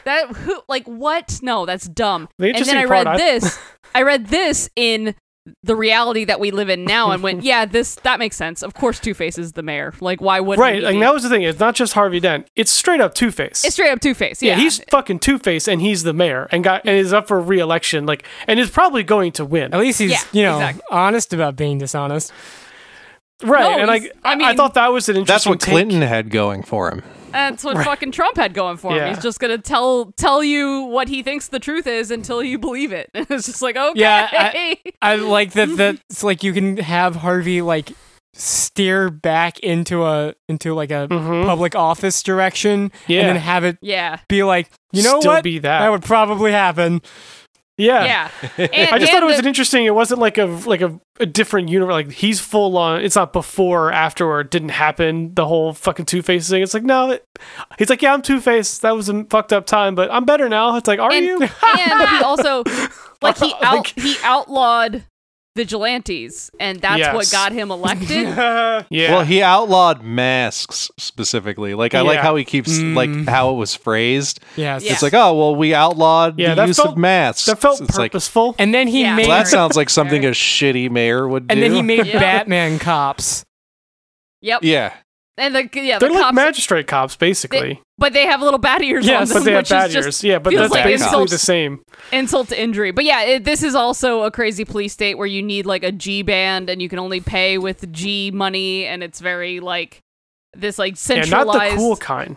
Speaker 4: that who like what? No, that's dumb."
Speaker 3: The
Speaker 4: And then
Speaker 3: interesting
Speaker 4: I read
Speaker 3: part, I-
Speaker 4: this. I read this in the reality that we live in now, and went, "Yeah, this that makes sense. Of course, Two Face is the mayor. Like, why wouldn't
Speaker 3: right,
Speaker 4: he
Speaker 3: and
Speaker 4: be?
Speaker 3: that was the thing. It's not just Harvey Dent; it's straight up Two Face.
Speaker 4: It's straight up Two Face.
Speaker 3: Yeah, he's fucking Two Face, and he's the mayor, and got and is up for re-election, like, and is probably going to win.
Speaker 5: At least he's,
Speaker 4: Yeah,
Speaker 5: you know,
Speaker 4: exactly.
Speaker 5: honest about being dishonest.
Speaker 3: Right,
Speaker 4: No,
Speaker 3: and
Speaker 4: he's-
Speaker 3: like I,
Speaker 4: I
Speaker 3: I,
Speaker 4: mean-
Speaker 3: thought that was an interesting.
Speaker 2: That's what
Speaker 3: take.
Speaker 2: Clinton had going for him.
Speaker 4: That's what fucking Trump had going for him.
Speaker 3: Yeah.
Speaker 4: He's just gonna tell tell you what he thinks the truth is until you believe it. it's just like okay,
Speaker 5: Yeah, I like that. That's like you can have Harvey like steer back into a into like a
Speaker 3: Mhm.
Speaker 5: public office direction,
Speaker 3: Yeah.
Speaker 5: and then have it
Speaker 4: yeah,
Speaker 5: be like, you know
Speaker 3: Still
Speaker 5: what,
Speaker 3: be that.
Speaker 5: would probably happen.
Speaker 3: Yeah,
Speaker 4: yeah.
Speaker 3: I just thought it was
Speaker 4: an
Speaker 3: an interesting. It wasn't like a like a, a different universe. Like he's full on. It's not before or after or it didn't happen. The whole fucking Two Face thing. It's like no. It, he's like yeah, I'm Two Face. That was a fucked up time, but I'm better now. It's like are
Speaker 4: and,
Speaker 3: you?
Speaker 4: and he also like he out
Speaker 3: Like-
Speaker 4: he outlawed vigilantes, and that's what
Speaker 3: Yes.
Speaker 4: got him elected.
Speaker 5: yeah,
Speaker 3: Yeah.
Speaker 2: Well, he outlawed masks specifically. Like I like
Speaker 3: Yeah.
Speaker 2: how he keeps
Speaker 3: Mm.
Speaker 2: like how it was phrased.
Speaker 4: Yeah.
Speaker 2: It's like, oh well, we outlawed
Speaker 3: Yeah,
Speaker 2: the
Speaker 3: that
Speaker 2: use
Speaker 3: felt-
Speaker 2: of masks.
Speaker 3: that felt
Speaker 2: it's like,
Speaker 3: purposeful.
Speaker 5: And then he
Speaker 4: Yeah.
Speaker 5: made,
Speaker 2: well, that
Speaker 4: That's-
Speaker 2: sounds like something a shitty mayor would do.
Speaker 5: and then he made
Speaker 4: Yeah.
Speaker 5: Batman cops.
Speaker 4: Yep.
Speaker 2: Yeah.
Speaker 4: And the yeah,
Speaker 3: They're
Speaker 4: the
Speaker 3: like
Speaker 4: cops,
Speaker 3: magistrate cops, basically.
Speaker 4: but they have little bat ears on
Speaker 5: Yes,
Speaker 4: them,
Speaker 3: but they have
Speaker 4: which
Speaker 3: bad
Speaker 4: is just
Speaker 3: ears. Yeah, but
Speaker 4: feels
Speaker 3: that's
Speaker 4: like
Speaker 3: basically
Speaker 4: insults.
Speaker 3: the same.
Speaker 4: insult to injury. But yeah, it, this is also a crazy police state where you need like a G band and you can only pay with G money, and it's very like this like
Speaker 3: Yeah,
Speaker 4: centralized.
Speaker 3: not the cool kind.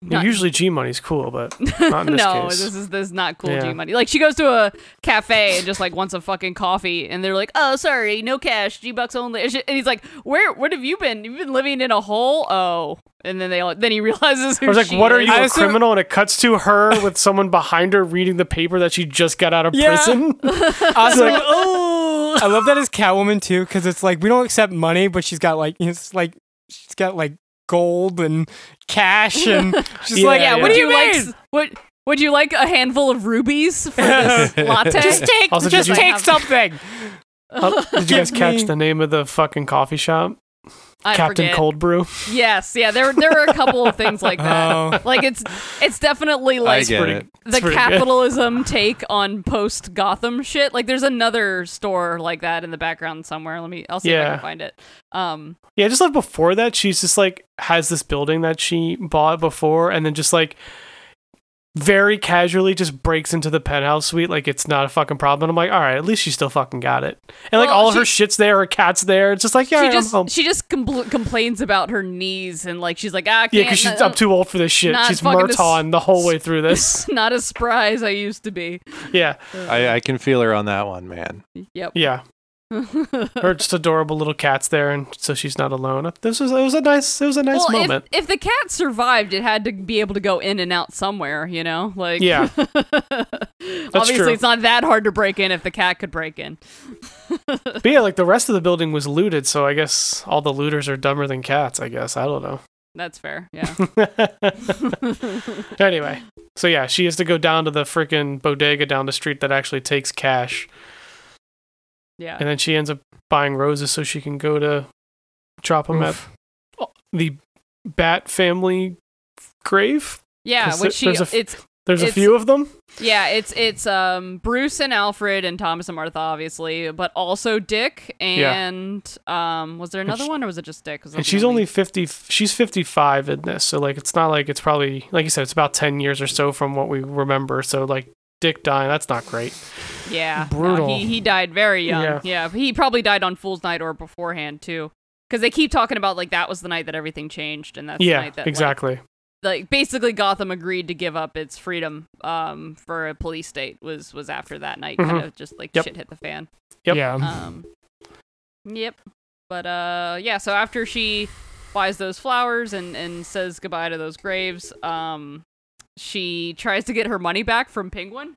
Speaker 4: Not-
Speaker 3: Usually G money's cool, but not in this
Speaker 4: no,
Speaker 3: case.
Speaker 4: this is this is not cool
Speaker 3: Yeah.
Speaker 4: G money. Like she goes to a cafe and just like wants a fucking coffee, and they're like, "Oh, sorry, no cash, G bucks only." And she- and he's like, "Where? What have you been? You've been living in a hole." Oh, and then they all, then he realizes who
Speaker 3: I was like,
Speaker 4: she
Speaker 3: "What are
Speaker 4: is.
Speaker 3: you,
Speaker 5: I
Speaker 3: a
Speaker 5: assume-
Speaker 3: criminal?" And it cuts to her with someone behind her reading the paper that she just got out of
Speaker 5: Yeah.
Speaker 3: prison.
Speaker 5: Also,
Speaker 3: oh,
Speaker 5: I love that as Catwoman too, because it's like we don't accept money, but she's got like it's like she's got like gold and cash and she's
Speaker 3: Yeah,
Speaker 5: like
Speaker 4: Yeah,
Speaker 3: yeah.
Speaker 4: would you like
Speaker 5: mean?
Speaker 4: s- what? Would you like a handful of rubies for this latte?
Speaker 5: Just take,
Speaker 3: Also, did
Speaker 5: just
Speaker 3: you-
Speaker 5: take something.
Speaker 3: Oh, did you guys
Speaker 5: Give
Speaker 3: catch
Speaker 5: me-
Speaker 3: the name of the fucking coffee shop?
Speaker 4: I
Speaker 3: Captain
Speaker 4: forget.
Speaker 3: Cold Brew.
Speaker 4: Yes, yeah. There, there are a couple of things like that.
Speaker 3: Oh.
Speaker 4: Like it's, it's definitely
Speaker 2: I
Speaker 4: like
Speaker 2: get
Speaker 3: pretty-
Speaker 2: it.
Speaker 4: the
Speaker 3: pretty good.
Speaker 4: capitalism take on post Gotham shit. Like there's another store like that in the background somewhere. Let me, I'll see if I
Speaker 3: Yeah.
Speaker 4: can find it. Um,
Speaker 3: Yeah, just like before that, she's just like has this building that she bought before, and then just like very casually just breaks into the penthouse suite like it's not a fucking problem. And I'm like, all right, at least she still fucking got it. And like
Speaker 4: Well,
Speaker 3: all
Speaker 4: she-
Speaker 3: her shit's there, her cat's there. It's just like, yeah,
Speaker 4: she
Speaker 3: I'm
Speaker 4: just,
Speaker 3: home.
Speaker 4: she just compl- complains about her knees and like she's like, ah, I can't,
Speaker 3: yeah, because she's up too old for this shit.
Speaker 4: not
Speaker 3: She's
Speaker 4: fucking this-
Speaker 3: Murtaugh the whole way through this.
Speaker 4: uh, Not as spry as I used to be.
Speaker 3: yeah,
Speaker 2: I, I can feel her on that one, man.
Speaker 4: Yep.
Speaker 3: yeah. Her just adorable little cat's there, and so she's not alone. This was it was a nice it was a nice
Speaker 4: well,
Speaker 3: moment.
Speaker 4: If, if the cat survived, it had to be able to go in and out somewhere, you know? Like
Speaker 3: Yeah.
Speaker 4: obviously
Speaker 3: true.
Speaker 4: it's not that hard to break in if the cat could break in.
Speaker 3: But yeah, like the rest of the building was looted, so I guess all the looters are dumber than cats. I guess I don't know.
Speaker 4: That's fair. Yeah.
Speaker 3: anyway, so yeah, she has to go down to the freaking bodega down the street that actually takes cash,
Speaker 4: Yeah.
Speaker 3: and then she ends up buying roses so she can go to drop them at the Bat family grave.
Speaker 4: Yeah,
Speaker 3: Is
Speaker 4: which she
Speaker 3: there- there's a f-
Speaker 4: it's
Speaker 3: There's a
Speaker 4: It's-
Speaker 3: few of them.
Speaker 4: yeah, it's it's um Bruce and Alfred and Thomas and Martha obviously, but also Dick
Speaker 3: Yeah.
Speaker 4: and um was there another
Speaker 3: she-
Speaker 4: one or was it just Dick? 'Cause
Speaker 3: And
Speaker 4: that's the
Speaker 3: she's only 50, she's 55 in this. So, like, it's not like it's probably, like you said, it's about 10 years or so from what we remember. So, like, Dick dying, that's not great.
Speaker 4: Yeah. no,
Speaker 3: Brutal.
Speaker 4: he, he died very young.
Speaker 3: Yeah.
Speaker 4: Yeah. He probably died on Fool's Night or beforehand, too. Because they keep talking about, like, that was the night that everything changed, and that's the
Speaker 3: yeah,
Speaker 4: night that. like-
Speaker 3: exactly.
Speaker 4: Like, basically, Gotham agreed to give up its freedom um, for a police state, was, was after that night. Kind of just, like,
Speaker 3: Mm-hmm. Yep.
Speaker 4: shit hit the fan.
Speaker 3: Yep.
Speaker 5: Yeah.
Speaker 4: Um, yep. But, uh, yeah, so after she buys those flowers and, and says goodbye to those graves, um, she tries to get her money back from Penguin.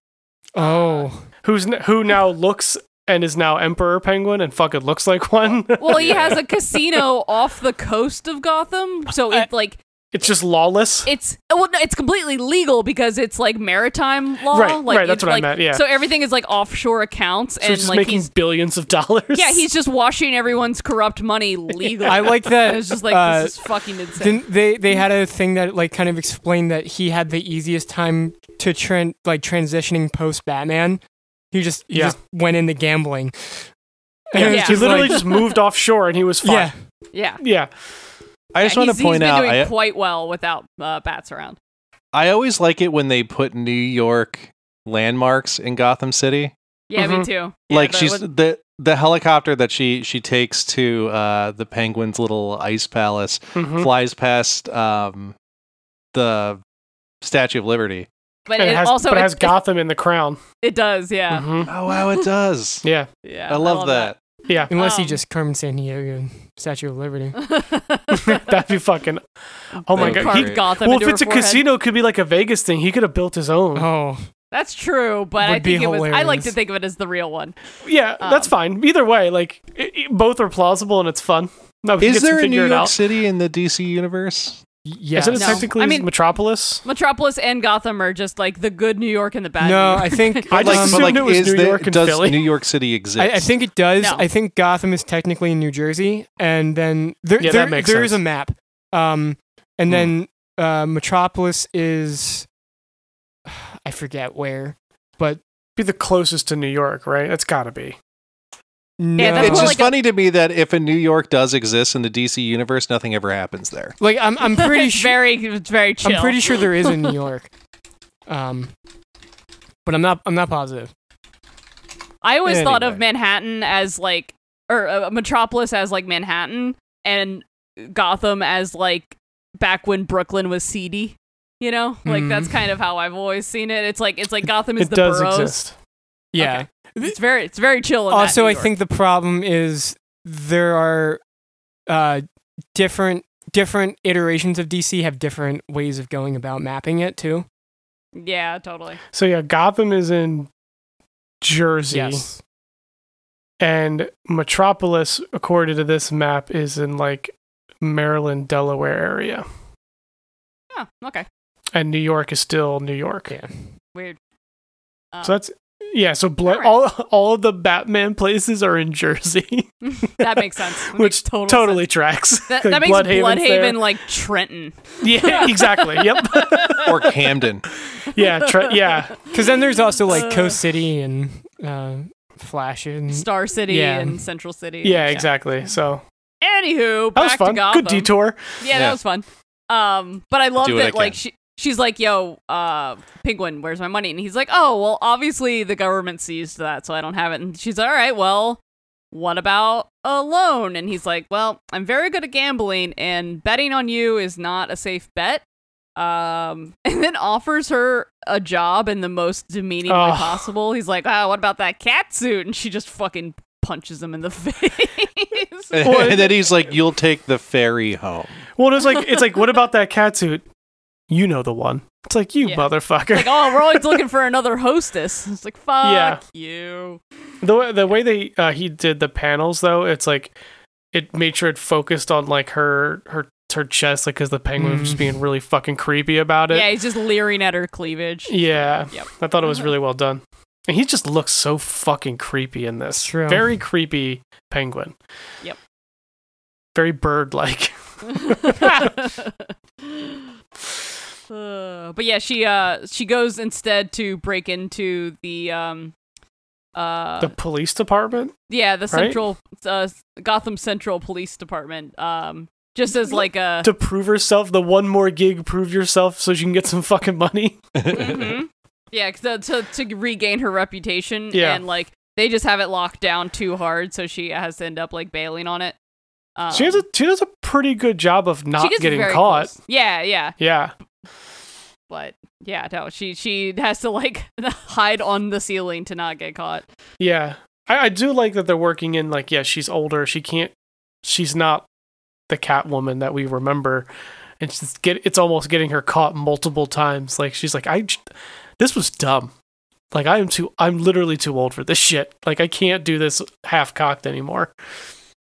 Speaker 3: Uh,
Speaker 5: oh,
Speaker 3: who's n- who now looks and is now Emperor Penguin and fucking looks like one.
Speaker 4: Well, he has a casino off the coast of Gotham, so it like
Speaker 3: it's just lawless.
Speaker 4: it's well, no, it's completely legal because it's like maritime law.
Speaker 3: Right,
Speaker 4: like,
Speaker 3: right, that's
Speaker 4: it's,
Speaker 3: what I
Speaker 4: like-
Speaker 3: meant, yeah.
Speaker 4: So everything is like offshore accounts,
Speaker 3: so
Speaker 4: and
Speaker 3: he's just
Speaker 4: like
Speaker 3: making
Speaker 4: he's
Speaker 3: billions of dollars.
Speaker 4: yeah, he's just washing everyone's corrupt money legally.
Speaker 5: I like that.
Speaker 4: And it's just like
Speaker 5: uh,
Speaker 4: this is fucking insane.
Speaker 5: didn't they they had a thing that like kind of explained that he had the easiest time to tran like transitioning post Batman. He just he
Speaker 3: Yeah.
Speaker 5: just went into gambling.
Speaker 3: Yeah,
Speaker 5: And it's
Speaker 3: he
Speaker 4: Yeah.
Speaker 3: literally
Speaker 5: like-
Speaker 3: just moved offshore and he was fine.
Speaker 5: yeah.
Speaker 3: Yeah,
Speaker 4: yeah,
Speaker 2: I just
Speaker 4: yeah,
Speaker 2: want
Speaker 4: he's-
Speaker 2: to point
Speaker 4: he's
Speaker 2: out
Speaker 4: been doing
Speaker 2: I,
Speaker 4: quite well without uh, bats around.
Speaker 2: I always like it when they put New York landmarks in Gotham City.
Speaker 4: Yeah, me
Speaker 3: Mhm.
Speaker 4: too. Yeah,
Speaker 2: Like
Speaker 4: the-
Speaker 2: she's
Speaker 4: what-
Speaker 2: the the helicopter that she she takes to uh the penguin's little ice palace
Speaker 3: Mhm.
Speaker 2: flies past um the Statue of Liberty.
Speaker 4: but
Speaker 3: And
Speaker 4: it,
Speaker 3: it has,
Speaker 4: also
Speaker 3: but it
Speaker 4: it,
Speaker 3: has Gotham in the crown.
Speaker 4: it does. Yeah,
Speaker 3: Mhm.
Speaker 2: Oh wow, it does.
Speaker 3: Yeah,
Speaker 4: yeah.
Speaker 2: I love that.
Speaker 3: yeah.
Speaker 5: Unless he
Speaker 4: Um,
Speaker 5: just Carmen San Diego Statue of Liberty.
Speaker 3: That'd be fucking. Oh my
Speaker 2: They
Speaker 3: god.
Speaker 2: carved
Speaker 3: He,
Speaker 4: Carved Gotham
Speaker 3: well,
Speaker 4: into
Speaker 3: if it's
Speaker 4: her
Speaker 3: a
Speaker 4: forehead.
Speaker 3: casino, it could be like a Vegas thing. He could have built his own.
Speaker 2: Uh-huh.
Speaker 5: Oh.
Speaker 4: That's true, but I
Speaker 5: Would be
Speaker 4: think it was. I like to
Speaker 5: hilarious.
Speaker 4: think of it as the real one.
Speaker 3: Yeah,
Speaker 4: Uh-huh.
Speaker 3: that's fine. Either way, like i i- both are plausible and it's fun. No, he
Speaker 2: Is
Speaker 3: gets to
Speaker 2: there a
Speaker 3: figure
Speaker 2: New
Speaker 3: it
Speaker 2: York
Speaker 3: out.
Speaker 2: City in the DC universe?
Speaker 5: Yes.
Speaker 3: Isn't it
Speaker 4: No.
Speaker 3: technically
Speaker 4: I mean-
Speaker 3: Metropolis?
Speaker 4: Metropolis and Gotham are just like the good New York and the bad.
Speaker 5: no,
Speaker 4: New
Speaker 5: I
Speaker 4: York.
Speaker 5: think
Speaker 3: I just
Speaker 5: um,
Speaker 3: assumed it was
Speaker 2: is
Speaker 3: New
Speaker 2: there-
Speaker 3: York and
Speaker 2: does
Speaker 3: Philly.
Speaker 2: New York City exist?
Speaker 5: I, I think it does.
Speaker 4: No.
Speaker 5: I think Gotham is technically in New Jersey, and then there
Speaker 3: Yeah, that
Speaker 5: there,
Speaker 3: makes
Speaker 5: there is
Speaker 3: sense.
Speaker 5: a map. Um, and
Speaker 2: Hmm.
Speaker 5: then uh, Metropolis is I forget where, but
Speaker 3: be the closest to New York, right? That's got to be.
Speaker 5: no.
Speaker 4: Yeah, that's
Speaker 2: it's
Speaker 4: more
Speaker 2: just
Speaker 4: like a-
Speaker 2: funny to me that if a New York does exist in the DC universe, nothing ever happens there.
Speaker 5: like I'm I'm pretty
Speaker 4: it's
Speaker 5: sure
Speaker 4: very it's very chill.
Speaker 5: I'm pretty sure there is in New York. Um but I'm not I'm not positive.
Speaker 4: I always thought of
Speaker 2: Anyway.
Speaker 4: Manhattan as like, or uh, Metropolis as like Manhattan, and Gotham as like back when Brooklyn was seedy. You know, like
Speaker 5: Mhm.
Speaker 4: that's kind of how I've always seen it. It's like it's like Gotham
Speaker 3: Hmm.
Speaker 4: is
Speaker 3: it
Speaker 4: the
Speaker 3: does
Speaker 4: boroughs.
Speaker 3: exist.
Speaker 5: Yeah.
Speaker 4: It's very it's very chill. In that
Speaker 5: also
Speaker 4: New
Speaker 5: i
Speaker 4: York.
Speaker 5: think the problem is there are uh, different different iterations of dc have different ways of going about mapping it too
Speaker 4: yeah, totally.
Speaker 3: So yeah, Gotham is in Jersey,
Speaker 5: yes
Speaker 3: and Metropolis, according to this map, is in like Maryland, Delaware area,
Speaker 4: Oh, okay,
Speaker 3: and New York is still New York.
Speaker 5: yeah
Speaker 4: weird. Uh,
Speaker 3: So that's yeah. So bl-
Speaker 4: Alright.
Speaker 3: all all of the Batman places are in Jersey,
Speaker 4: that makes sense. That
Speaker 3: which
Speaker 4: makes total
Speaker 3: totally
Speaker 4: sense.
Speaker 3: tracks.
Speaker 4: That,
Speaker 3: Like,
Speaker 4: that makes
Speaker 3: Bloodhaven's
Speaker 4: Bloodhaven
Speaker 3: there.
Speaker 4: like Trenton.
Speaker 3: yeah, exactly. Yep.
Speaker 2: Or Camden.
Speaker 3: yeah. Tre- yeah.
Speaker 5: because then there's also like
Speaker 4: Uh.
Speaker 5: coast city and uh, flash and
Speaker 4: Star City
Speaker 5: Yeah.
Speaker 4: and Central City.
Speaker 3: Yeah. Exactly. So
Speaker 4: Anywho,
Speaker 3: that was
Speaker 4: back
Speaker 3: fun.
Speaker 4: to Gotham.
Speaker 3: Good detour.
Speaker 4: Yeah,
Speaker 2: Yeah.
Speaker 4: that was fun. Um, but I love
Speaker 2: Do what I
Speaker 4: that like
Speaker 2: can.
Speaker 4: she she's like, "Yo, uh, Penguin, where's my money?" And he's like, "Oh, well, obviously the government seized that, so I don't have it." And she's like, "All right, well, what about a loan?" And he's like, "Well, I'm very good at gambling, and betting on you is not a safe bet." Um, and then offers her a job in the most demeaning way
Speaker 3: Oh.
Speaker 4: possible. He's like, "Oh, what about that cat suit?" And she just fucking punches him in the face.
Speaker 3: Well,
Speaker 2: and then he's like, "You'll take the ferry home."
Speaker 3: Well, it's like it's like what about that cat suit? You know the one. It's like you
Speaker 4: Yeah.
Speaker 3: motherfucker.
Speaker 4: like, oh, we're always looking for another hostess. It's like, fuck
Speaker 3: Yeah.
Speaker 4: you.
Speaker 3: The way, the way they uh, he did the panels though, it's like it made sure it focused on like her her her chest, like because the penguin was just
Speaker 5: Mm.
Speaker 3: being really fucking creepy about it.
Speaker 4: yeah, he's just leering at her cleavage.
Speaker 3: Yeah.
Speaker 4: Yep. Uh-huh.
Speaker 3: I thought it was really well done. And he just looks so fucking creepy in this.
Speaker 5: It's true.
Speaker 3: Very creepy penguin.
Speaker 4: Yep.
Speaker 3: Very bird like.
Speaker 4: Uh, but yeah, she uh she goes instead to break into the um uh
Speaker 3: the police department?
Speaker 4: yeah the
Speaker 3: right?
Speaker 4: central uh, Gotham Central Police Department um just as like a
Speaker 3: To prove herself, the one more gig, prove yourself so she can get some fucking money.
Speaker 4: Mhm. Yeah, 'cause to, to to regain her reputation.
Speaker 3: Yeah.
Speaker 4: and like they just have it locked down too hard, so she has to end up like bailing on it. Um,
Speaker 3: she has a she does a pretty good job of
Speaker 4: she
Speaker 3: not
Speaker 4: gets
Speaker 3: getting
Speaker 4: very
Speaker 3: caught.
Speaker 4: close. Yeah, yeah,
Speaker 3: Yeah.
Speaker 4: but yeah, no, she she has to like hide on the ceiling to not get caught.
Speaker 3: Yeah. I, I do like that they're working in like, yeah, she's older, she can't she's not the catwoman that we remember. And she's get it's almost getting her caught multiple times. Like she's like, I j- this was dumb. Like I am too I'm literally too old for this shit. Like I can't do this half cocked anymore.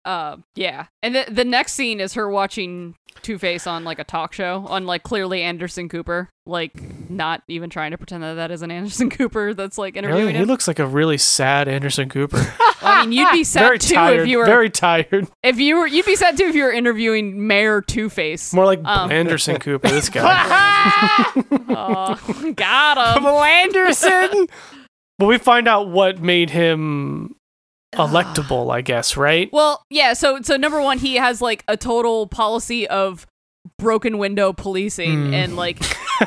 Speaker 4: Uh, yeah, and the the next scene is her watching Two Face on like a talk show on like clearly Anderson Cooper, like not even trying to pretend that that isn't Anderson Cooper that's like interviewing
Speaker 3: Really? He
Speaker 4: him.
Speaker 3: looks like a really sad Anderson Cooper.
Speaker 4: Well, I mean, you'd be sad
Speaker 3: very
Speaker 4: too
Speaker 3: tired.
Speaker 4: if you were
Speaker 3: Very tired.
Speaker 4: If you were, you'd be sad too if you were interviewing Mayor Two Face.
Speaker 3: More like
Speaker 4: Um.
Speaker 3: Anderson Cooper, this guy.
Speaker 4: oh, got him.
Speaker 5: Anderson!
Speaker 3: but we find out what made him electable, I guess, right?
Speaker 4: Well, yeah. So, so number one, he has like a total policy of broken window policing,
Speaker 5: Mm.
Speaker 4: and like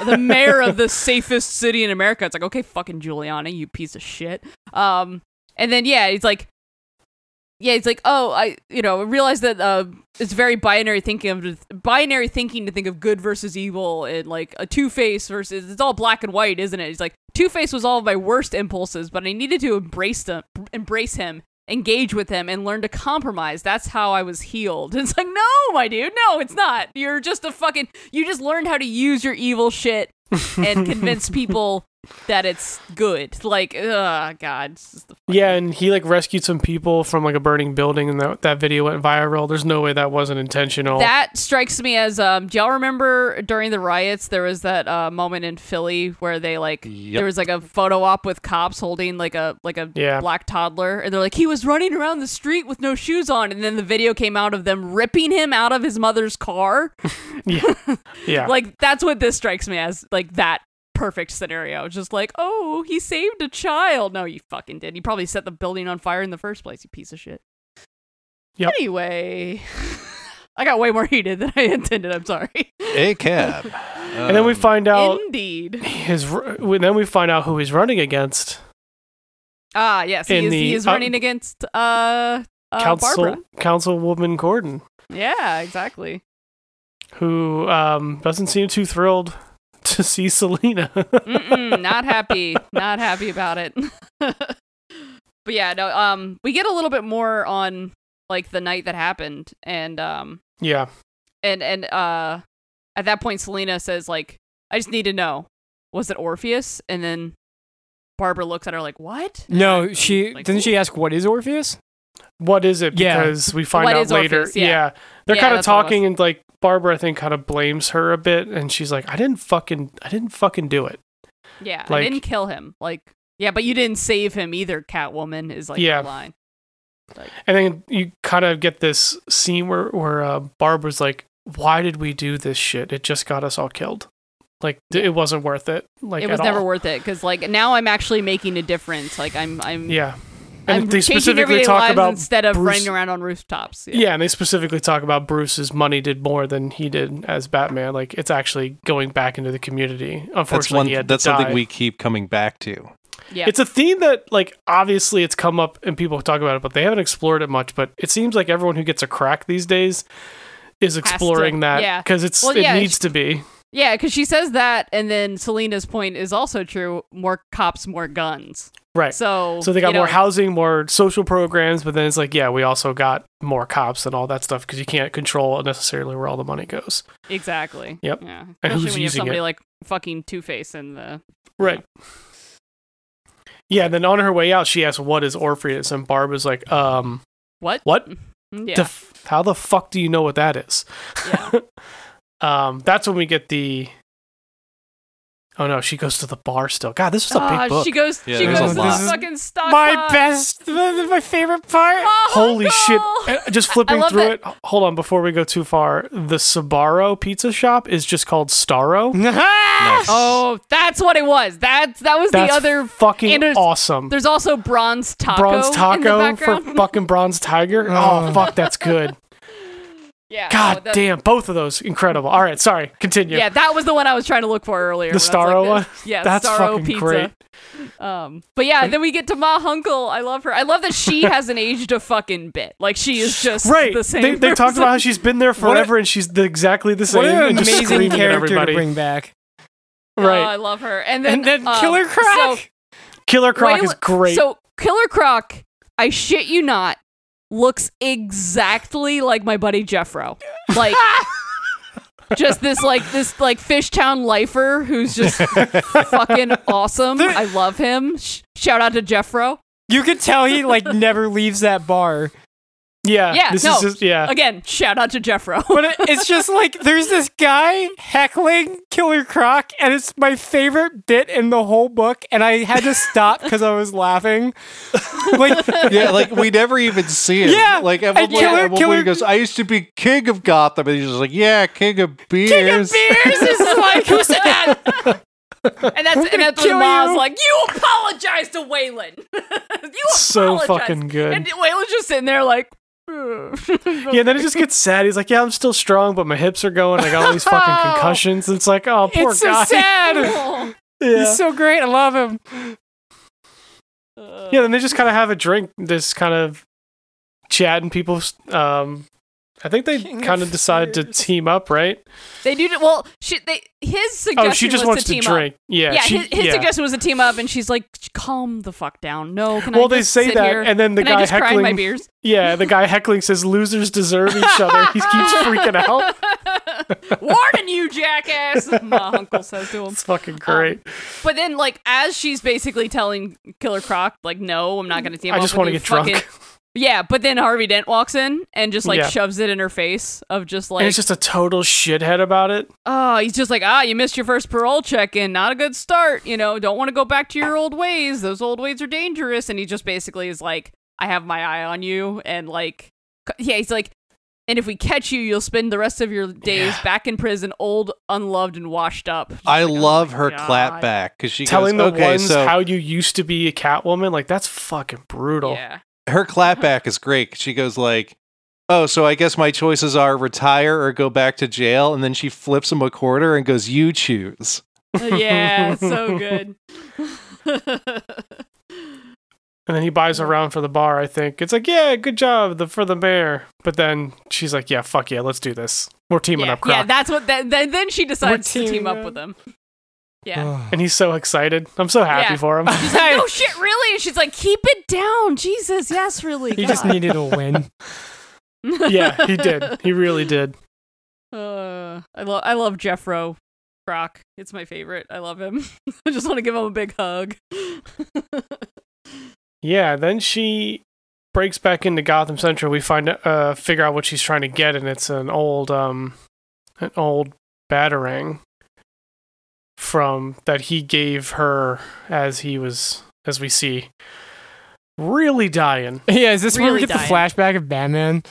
Speaker 4: the mayor of the safest city in America. It's like, okay, fucking Giuliani, you piece of shit. Um, and then yeah, he's like, yeah, he's like, oh, I, you know, I realize that uh, it's very binary thinking of binary thinking to think of good versus evil and like a Two Face versus it's all black and white, isn't it? He's like, Two Face was all of my worst impulses, but I needed to embrace them, embrace him, engage with him, and learn to compromise. That's how I was healed. It's like, no, my dude, no, it's not. You're just a fucking. You just learned how to use your evil shit and convince people that it's good. Like, ugh, God, this is the
Speaker 3: Yeah, and he like rescued some people from like a burning building, and that that video went viral. There's no way that wasn't intentional.
Speaker 4: That strikes me as um. Do y'all remember during the riots there was that uh, moment in Philly where they like
Speaker 2: Yep.
Speaker 4: there was like a photo op with cops holding like a like a
Speaker 3: Yeah.
Speaker 4: black toddler and they're like he was running around the street with no shoes on and then the video came out of them ripping him out of his mother's car
Speaker 3: yeah, yeah,
Speaker 4: like that's what this strikes me as like that perfect scenario. Just like, oh, he saved a child. No, you fucking did. You probably set the building on fire in the first place, you piece of shit.
Speaker 3: Yep.
Speaker 4: Anyway, I got way more heated than I intended. I'm sorry.
Speaker 2: A cab.
Speaker 3: and then we find out
Speaker 4: Indeed.
Speaker 3: his. r- well, Then we find out who he's running against.
Speaker 4: Ah, yes. He
Speaker 3: In
Speaker 4: is,
Speaker 3: the-
Speaker 4: he is
Speaker 3: uh,
Speaker 4: running against uh, uh
Speaker 3: Council
Speaker 4: Barbara.
Speaker 3: Councilwoman Gordon,
Speaker 4: Yeah, exactly.
Speaker 3: who um, doesn't seem too thrilled to see Selena.
Speaker 4: Mm-mm, not happy. Not happy about it. but yeah, no. Um, we get a little bit more on like the night that happened, and um,
Speaker 3: yeah.
Speaker 4: and and uh, at that point, Selena says like, "I just need to know, was it Orpheus?" And then Barbara looks at her like, "What?"
Speaker 5: No, she
Speaker 4: Like,
Speaker 5: didn't. She ask, "What is Orpheus?"
Speaker 3: What is it?
Speaker 5: Yeah.
Speaker 3: Because we find
Speaker 4: What
Speaker 3: out
Speaker 4: is
Speaker 3: later.
Speaker 4: Orpheus? Yeah.
Speaker 3: They're
Speaker 4: Yeah,
Speaker 3: kind of
Speaker 4: that's what it was.
Speaker 3: talking and like Barbara I think kind of blames her a bit and she's like I didn't fucking I didn't fucking do it.
Speaker 4: Yeah, I
Speaker 3: Like-
Speaker 4: didn't kill him. Like, yeah, but you didn't save him either. Catwoman is like
Speaker 3: Yeah.
Speaker 4: the line.
Speaker 3: And then you kind of get this scene where where uh, Barbara's like why did we do this shit? It just got us all killed. Like d- it wasn't worth it. Like
Speaker 4: it was
Speaker 3: at
Speaker 4: never
Speaker 3: all.
Speaker 4: worth it because like now I'm actually making a difference. Like I'm I'm
Speaker 3: Yeah. And
Speaker 4: I'm
Speaker 3: they
Speaker 4: changing
Speaker 3: specifically
Speaker 4: everyday
Speaker 3: talk
Speaker 4: lives
Speaker 3: about
Speaker 4: instead of
Speaker 3: Bruce-
Speaker 4: running around on rooftops.
Speaker 3: yeah. and they specifically talk about Bruce's money did more than he did as Batman. Like it's actually going back into the community. Unfortunately,
Speaker 2: That's one.
Speaker 3: he had to
Speaker 2: That's something
Speaker 3: die.
Speaker 2: we keep coming back to.
Speaker 4: yeah.
Speaker 3: It's a theme that, like, obviously it's come up and people talk about it, but they haven't explored it much. But it seems like everyone who gets a crack these days is exploring that
Speaker 4: yeah.
Speaker 3: because it's
Speaker 4: Well,
Speaker 3: it
Speaker 4: yeah,
Speaker 3: needs
Speaker 4: she-
Speaker 3: to be.
Speaker 4: Yeah, because she says that, and then Selena's point is also true: more cops, more guns.
Speaker 3: Right. So,
Speaker 4: So,
Speaker 3: they got
Speaker 4: you know,
Speaker 3: more housing, more social programs, but then it's like, yeah, we also got more cops and all that stuff because you can't control necessarily where all the money goes.
Speaker 4: Exactly.
Speaker 3: Yep.
Speaker 4: Yeah. Especially
Speaker 3: And who's
Speaker 4: when you have
Speaker 3: using
Speaker 4: somebody
Speaker 3: it?
Speaker 4: like fucking Two Face in the.
Speaker 3: Right. Yeah, and then on her way out, she asks, "What is Orpheus?" And Barbara's like, "Um,
Speaker 4: What? Mm-hmm.
Speaker 3: What?
Speaker 4: Yeah.
Speaker 3: the f- how the fuck do you know what that is?"
Speaker 4: yeah.
Speaker 3: um, that's when we get the. Oh no, she goes to the bar still. God, this was a
Speaker 4: Ah,
Speaker 3: big book.
Speaker 4: she goes.
Speaker 2: Yeah,
Speaker 4: she
Speaker 2: there's
Speaker 5: a
Speaker 4: goes to
Speaker 5: lot.
Speaker 4: the fucking stock.
Speaker 5: My
Speaker 4: pot.
Speaker 5: best, my favorite part.
Speaker 4: Oh,
Speaker 3: Holy shit!
Speaker 4: Uncle!
Speaker 3: Uh, Just flipping
Speaker 4: love
Speaker 3: through
Speaker 4: that-
Speaker 3: it. H- Hold on, before we go too far, the Sabaro Pizza Shop is just called Starro.
Speaker 2: Nice.
Speaker 4: Oh, that's what it was. That's that was
Speaker 3: That's
Speaker 4: the other.
Speaker 3: fucking
Speaker 4: and there's-
Speaker 3: awesome.
Speaker 4: There's also bronze taco.
Speaker 3: Bronze
Speaker 4: in the
Speaker 3: taco for
Speaker 4: background.
Speaker 3: fucking bronze tiger. Oh
Speaker 5: Oh.
Speaker 3: fuck, that's good.
Speaker 4: yeah. Oh,
Speaker 3: God
Speaker 4: no, that-
Speaker 3: damn, both of those incredible. All right, sorry. Continue.
Speaker 4: Yeah, that was the one I was trying to look for earlier.
Speaker 3: The
Speaker 4: when I was
Speaker 3: Starro
Speaker 4: like, this- Yeah,
Speaker 3: That's
Speaker 4: Starro
Speaker 3: fucking
Speaker 4: pizza.
Speaker 3: great.
Speaker 4: Um, but yeah, then we get to Ma Hunkle. I love her. I love that she hasn't aged a fucking bit. Like she is just
Speaker 3: Right.
Speaker 4: The same.
Speaker 3: they they talked
Speaker 4: person.
Speaker 3: about how she's been there
Speaker 5: What a-
Speaker 3: forever and she's the, exactly the same.
Speaker 5: What an
Speaker 3: and just
Speaker 5: amazing
Speaker 3: screaming at
Speaker 5: character to
Speaker 3: everybody.
Speaker 5: bring back.
Speaker 4: Oh,
Speaker 3: Right.
Speaker 4: I love her. And then
Speaker 5: And then
Speaker 4: um,
Speaker 5: Killer
Speaker 4: so-
Speaker 5: Croc.
Speaker 3: Killer Croc
Speaker 4: Wayla-
Speaker 3: is great.
Speaker 4: So Killer Croc, I shit you not, looks exactly like my buddy Jeffro. Like just this like this like Fishtown lifer who's just fucking awesome. I love him. Sh- shout out to Jeffro.
Speaker 5: you could tell he like never leaves that bar.
Speaker 3: yeah,
Speaker 4: Yeah,
Speaker 3: this
Speaker 4: no.
Speaker 3: is just, yeah.
Speaker 4: Again, shout out to Jeffro.
Speaker 5: But it- it's just like there's this guy heckling Killer Croc, and it's my favorite bit in the whole book. And I had to stop because I was laughing. Like,
Speaker 2: yeah, like we never even see it.
Speaker 5: Yeah,
Speaker 2: like at one,
Speaker 5: and
Speaker 2: point,
Speaker 5: Killer-
Speaker 2: at one
Speaker 5: Killer-
Speaker 2: point he goes, "I used to be king of Gotham," and he's just like, "Yeah, king of beers."
Speaker 5: King of Beers is
Speaker 4: like, who said that? and that's and that's when
Speaker 5: kill
Speaker 4: Ma's
Speaker 5: you.
Speaker 4: like, you apologize to Waylon. you apologize.
Speaker 3: So fucking good.
Speaker 4: And Waylon's just sitting there like, "Ugh."
Speaker 3: Yeah, then it just gets sad. He's like, "Yeah, I'm still strong, but my hips are going. I got all these fucking concussions." It's like, "Oh, poor
Speaker 5: it's
Speaker 3: guy."
Speaker 5: so sad.
Speaker 4: Oh.
Speaker 3: Yeah.
Speaker 5: He's so great. I love him.
Speaker 4: Uh,
Speaker 3: yeah, then they just kind of have a drink, this kind of chat, and people. Um, I think they
Speaker 5: King
Speaker 3: kind of
Speaker 5: of
Speaker 3: decide to
Speaker 5: Tears.
Speaker 3: team up, right?
Speaker 4: They do. Well, she, they, his suggestion
Speaker 3: Oh, she just
Speaker 4: was
Speaker 3: wants
Speaker 4: to
Speaker 3: to
Speaker 4: team
Speaker 3: drink.
Speaker 4: up.
Speaker 3: Yeah,
Speaker 4: Yeah,
Speaker 3: she,
Speaker 4: his, his
Speaker 3: yeah.
Speaker 4: suggestion was to team up, and she's like, calm the fuck down. No, can
Speaker 3: Well,
Speaker 4: I
Speaker 3: they
Speaker 4: just
Speaker 3: say
Speaker 4: sit
Speaker 3: that,
Speaker 4: here?
Speaker 3: and then the
Speaker 4: Can I
Speaker 3: guy
Speaker 4: just cry in my
Speaker 3: heckling-
Speaker 4: beers?
Speaker 3: Yeah, the guy heckling says losers deserve each other. He keeps freaking out.
Speaker 4: Warning you, jackass! My uncle says to him.
Speaker 3: It's fucking great.
Speaker 4: But then, like, as she's basically telling Killer Croc, like, no, I'm not going to team
Speaker 3: I
Speaker 4: up
Speaker 3: just
Speaker 4: with
Speaker 3: wanna
Speaker 4: you,
Speaker 3: get drunk.
Speaker 4: fucking- Yeah, but then Harvey Dent walks in and just, like,
Speaker 3: Yeah.
Speaker 4: shoves it in her face of just,
Speaker 3: and
Speaker 4: like,
Speaker 3: it's just a total shithead about it.
Speaker 4: oh, he's just like, ah, you missed your first parole check-in. Not a good start. You know, don't want to go back to your old ways. Those old ways are dangerous. And he just basically is like, I have my eye on you. And, like, c- yeah, he's like, And if we catch you, you'll spend the rest of your days back in prison, old, unloved, and washed up. Just
Speaker 2: I
Speaker 4: like, oh
Speaker 2: love
Speaker 4: my
Speaker 2: her
Speaker 4: God.
Speaker 2: clap back because she
Speaker 3: Telling
Speaker 2: goes,
Speaker 3: the
Speaker 2: okay,
Speaker 3: ones
Speaker 2: so
Speaker 3: how you used to be a Catwoman, like that's fucking brutal.
Speaker 4: Yeah.
Speaker 2: her clap back is great. She goes like, oh, so I guess my choices are retire or go back to jail. And then she flips him a quarter and goes, you choose.
Speaker 4: Uh, yeah, so good.
Speaker 3: And then he buys a round for the bar. I think it's like, yeah, good job the, for the mayor. But then she's like, yeah, fuck yeah, let's do this. We're teaming
Speaker 4: yeah,
Speaker 3: up,
Speaker 4: yeah,
Speaker 3: Croc.
Speaker 4: that's what. That, then, then she decides to team
Speaker 5: teaming
Speaker 4: up
Speaker 5: up.
Speaker 4: with him. Yeah.
Speaker 3: and he's so excited. I'm so happy
Speaker 4: Yeah.
Speaker 3: for him.
Speaker 4: She's like, no shit, really? And she's like, keep it down, Jesus. Yes, really.
Speaker 5: he just
Speaker 4: God."
Speaker 5: needed a win.
Speaker 3: yeah, he did. He really did.
Speaker 4: Uh, I love I love Jeffro Brock. It's my favorite. I love him. I just want to give him a big hug.
Speaker 3: Yeah. Then she breaks back into Gotham Central. We find uh figure out what she's trying to get, and it's an old um an old batarang from that he gave her as he was as we see really dying.
Speaker 5: Yeah, is this where we
Speaker 4: Really
Speaker 5: get the
Speaker 4: dying.
Speaker 5: flashback of Batman?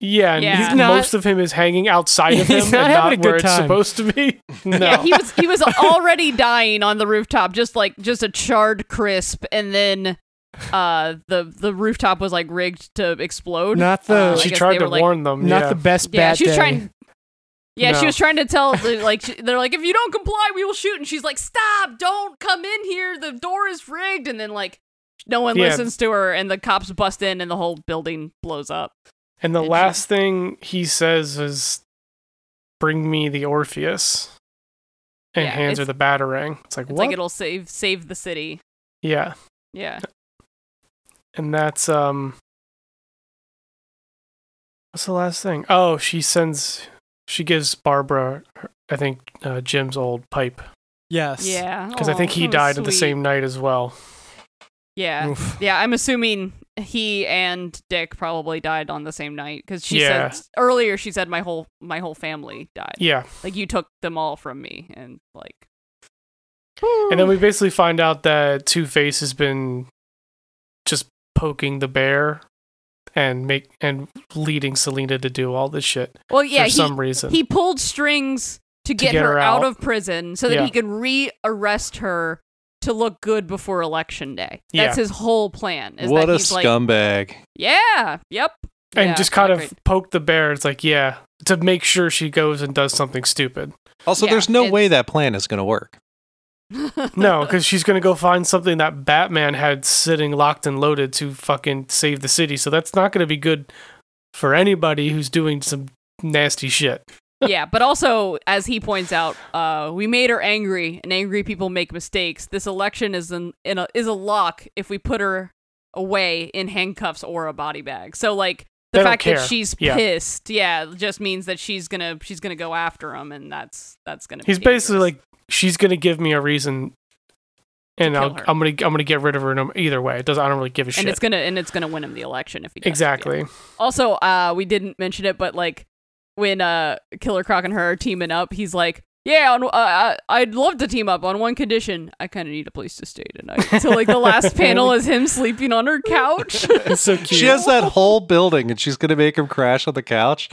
Speaker 3: Yeah, and
Speaker 4: Yeah.
Speaker 3: he's-
Speaker 5: He's not-
Speaker 3: most of him is hanging outside of him
Speaker 5: He's
Speaker 3: and
Speaker 5: not
Speaker 3: not,
Speaker 5: having a good
Speaker 3: where it's
Speaker 5: time.
Speaker 3: supposed to be. No.
Speaker 4: Yeah, he was he was already dying on the rooftop, just like just a charred crisp, and then uh the the rooftop was like rigged to explode.
Speaker 5: Not
Speaker 4: Uh,
Speaker 5: the
Speaker 4: I
Speaker 3: she
Speaker 4: guess
Speaker 3: tried
Speaker 4: they
Speaker 3: to
Speaker 4: were, like-
Speaker 3: warn them.
Speaker 5: not
Speaker 3: yeah.
Speaker 5: the best
Speaker 4: yeah,
Speaker 5: bat
Speaker 4: she was
Speaker 5: day.
Speaker 4: trying. Yeah, she
Speaker 3: No.
Speaker 4: was trying to tell like she- they're like if you don't comply, we will shoot, and she's like, stop, don't come in here, the door is rigged, and then like no one
Speaker 3: Yeah.
Speaker 4: listens to her, and the cops bust in, and the whole building blows up.
Speaker 3: and the
Speaker 4: Did she-
Speaker 3: last thing he says is, "Bring me the Orpheus," and
Speaker 4: Yeah,
Speaker 3: hands her
Speaker 4: it's-
Speaker 3: the batarang. It's like
Speaker 4: It's
Speaker 3: what?
Speaker 4: like it'll save save the city.
Speaker 3: yeah,
Speaker 4: Yeah.
Speaker 3: and that's um. What's the last thing? Oh, she sends. She gives Barbara, her- I think, uh, Jim's old pipe
Speaker 5: Yes.
Speaker 4: Yeah.
Speaker 3: because I think he died at the same night as well.
Speaker 4: Yeah.
Speaker 5: Oof.
Speaker 4: Yeah, I'm assuming he and Dick probably died on the same night because she
Speaker 3: Yeah.
Speaker 4: said earlier she said my whole my whole family died.
Speaker 3: Yeah,
Speaker 4: Like you took them all from me and like
Speaker 3: And then we basically find out that Two Face has been just poking the bear and make and leading Selena to do all this shit
Speaker 4: Well, yeah,
Speaker 3: for
Speaker 4: he
Speaker 3: some reason.
Speaker 4: he pulled strings to get, her, out. of prison so that
Speaker 3: Yeah.
Speaker 4: he can re-arrest her to look good before election day.
Speaker 3: Yeah.
Speaker 4: That's his whole plan. Is
Speaker 2: what a
Speaker 4: that he's like,
Speaker 2: scumbag.
Speaker 4: yeah, yep.
Speaker 3: and
Speaker 4: Yeah,
Speaker 3: just
Speaker 4: it's
Speaker 3: kind
Speaker 4: not
Speaker 3: of
Speaker 4: great.
Speaker 3: poke the bear. It's like, yeah, to make sure she goes and does something stupid.
Speaker 2: Also,
Speaker 4: Yeah,
Speaker 2: there's no way
Speaker 4: it's-
Speaker 2: that plan is going to work.
Speaker 3: No, because she's gonna go find something that Batman had sitting locked and loaded to fucking save the city. So that's not gonna be good for anybody who's doing some nasty shit.
Speaker 4: yeah, but also, as he points out, uh, we made her angry, and angry people make mistakes. This election is in, in a, is a lock if we put her away in handcuffs or a body bag. So like
Speaker 3: They
Speaker 4: the
Speaker 3: don't
Speaker 4: fact
Speaker 3: care.
Speaker 4: that she's
Speaker 3: Yeah.
Speaker 4: pissed, yeah, just means that she's gonna she's gonna go after him, and that's that's gonna.
Speaker 3: He's
Speaker 4: be
Speaker 3: basically
Speaker 4: dangerous.
Speaker 3: like, she's gonna give me a reason, and
Speaker 4: kill
Speaker 3: I'll,
Speaker 4: her.
Speaker 3: I'm gonna I'm gonna get rid of her no, either way. It does I don't really give a
Speaker 4: and
Speaker 3: shit.
Speaker 4: it's gonna and it's gonna win him the election if he does, yeah.
Speaker 3: exactly.
Speaker 4: Also, uh, we didn't mention it, but like when uh, Killer Croc and her are teaming up, he's like, "Yeah, on, uh, I- I'd love to team up on one condition. I kind of need a place to stay tonight." So like the last panel is him sleeping on her couch.
Speaker 3: It's so cute.
Speaker 2: She has that whole building and she's going to make him crash on the couch.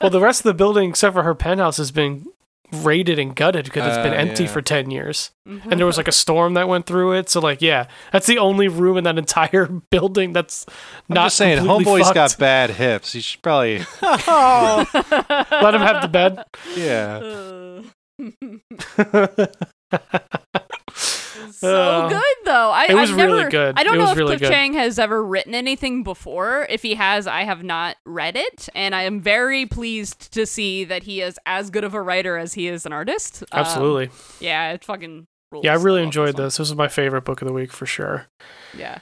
Speaker 3: well, the rest of the building, except for her penthouse, has been raided and gutted because it's been
Speaker 2: Uh,
Speaker 3: empty
Speaker 2: yeah.
Speaker 3: for 10 years
Speaker 4: Mm-hmm.
Speaker 3: and there was like a storm that went through it so like yeah that's the only room in that entire building that's
Speaker 2: I'm
Speaker 3: not
Speaker 2: just saying,
Speaker 3: completely
Speaker 2: homeboy's got
Speaker 3: fucked.
Speaker 2: bad hips. He should probably,
Speaker 3: let him have the bed
Speaker 2: yeah.
Speaker 4: so
Speaker 3: Uh,
Speaker 4: good Um, though. I,
Speaker 3: it was
Speaker 4: I've never,
Speaker 3: really good.
Speaker 4: I don't
Speaker 3: It
Speaker 4: know
Speaker 3: was
Speaker 4: if
Speaker 3: really
Speaker 4: Cliff
Speaker 3: good.
Speaker 4: Chang has ever written anything before. If he has, I have not read it, and I am very pleased to see that he is as good of a writer as he is an artist. Um,
Speaker 3: absolutely
Speaker 4: yeah, it fucking. Rules.
Speaker 3: yeah i really
Speaker 4: love
Speaker 3: enjoyed
Speaker 4: one.
Speaker 3: this this was my favorite book of the week for sure
Speaker 4: Yeah.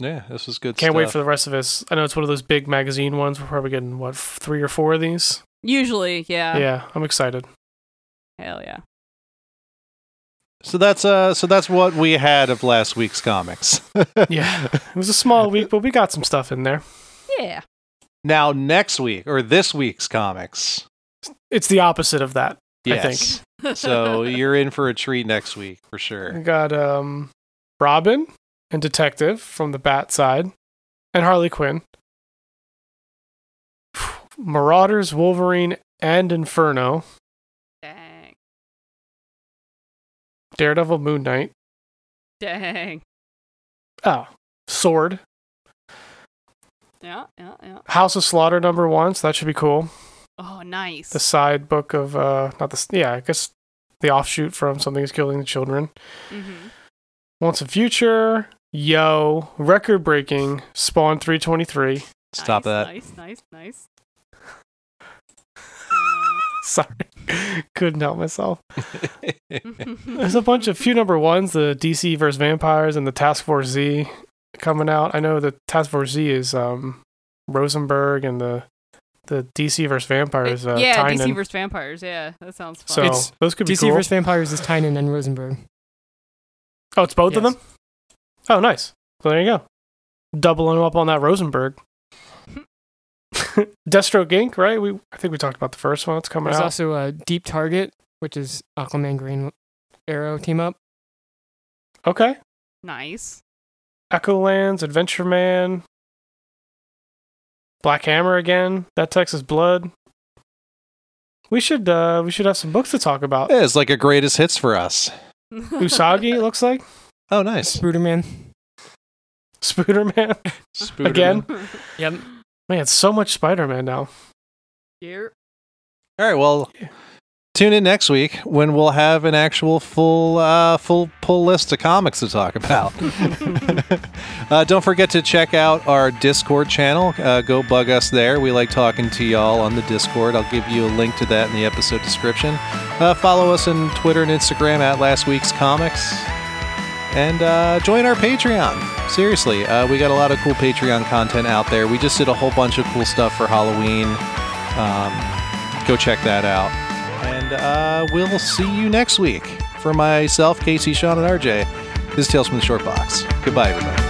Speaker 2: Yeah, this was good
Speaker 3: Can't wait
Speaker 2: stuff.
Speaker 3: for the rest of us. I know it's one of those big magazine ones. We're probably getting what f- three or four of these.
Speaker 4: Usually, yeah.
Speaker 3: yeah, I'm excited.
Speaker 4: Hell yeah.
Speaker 2: So that's uh, so that's what we had of last week's comics.
Speaker 3: Yeah, it was a small week, but we got some stuff in there.
Speaker 4: Yeah.
Speaker 2: Now next week or this week's comics.
Speaker 3: It's the opposite of that. I think.
Speaker 2: Yes. so you're in for a treat next week for
Speaker 3: We
Speaker 2: sure.
Speaker 3: got um, Robin and Detective from the Bat side, and Harley Quinn. Marauders, Wolverine, and Inferno,
Speaker 4: Dang.
Speaker 3: Daredevil, Moon Knight,
Speaker 4: Dang.
Speaker 3: oh, Sword,
Speaker 4: Yeah, yeah, yeah.
Speaker 3: House of Slaughter number one, so that should be cool.
Speaker 4: Oh, nice.
Speaker 3: The side book of, uh, not the, s- yeah, I guess the offshoot from Something is Killing the Children.
Speaker 4: hmm
Speaker 3: Once in Future, Yo, Record Breaking, Spawn 323.
Speaker 2: Stop
Speaker 4: nice,
Speaker 2: that.
Speaker 4: Nice, nice, nice.
Speaker 3: Sorry, couldn't help myself. There's a bunch of few number ones, the DC versus vampires and the Task Force Z coming out. I know the Task Force Z is um Rosenberg and the the DC versus vampires. Uh,
Speaker 4: yeah,
Speaker 3: Tynan.
Speaker 4: DC versus vampires. Yeah, that sounds
Speaker 3: so
Speaker 4: fun.
Speaker 5: It's
Speaker 3: those could be
Speaker 5: DC
Speaker 3: cool.
Speaker 5: vs. Vampires is Tynan and Rosenberg.
Speaker 3: oh, it's both of
Speaker 5: Yes.
Speaker 3: them. Oh, nice. So there you go, doubling up on that Rosenberg.
Speaker 4: Hmm.
Speaker 3: Deathstroke Inc. Right? We I think we talked about the first one. It's coming
Speaker 5: There's
Speaker 3: out.
Speaker 5: also uh, Deep Target, which is Aquaman Green Arrow team up.
Speaker 3: okay.
Speaker 4: nice.
Speaker 3: Echo Lands, Adventure Man, Black Hammer again, that Texas Blood. We should uh we should have some books to talk about.
Speaker 2: Yeah, it's like a greatest hits for us.
Speaker 3: Usagi, it looks like.
Speaker 2: Oh, nice.
Speaker 5: Spooderman.
Speaker 3: Spooder Man.
Speaker 2: Spooderman.
Speaker 3: Again?
Speaker 5: Yep.
Speaker 3: Man, so much Spider Man now.
Speaker 4: Here.
Speaker 2: All right. Well, tune in next week when we'll have an actual full uh, full pull list of comics to talk about. uh, don't forget to check out our Discord channel. Uh, go bug us there. We like talking to y'all on the Discord. I'll give you a link to that in the episode description. Uh, follow us on Twitter and Instagram at Last Week's Comics. And uh, join our Patreon. Seriously, uh, we got a lot of cool Patreon content out there. We just did a whole bunch of cool stuff for Halloween. Um, go check that out. And uh, we'll see you next week. For myself, Casey, Sean, and RJ, this is Tales from the Short Box. Goodbye, everybody.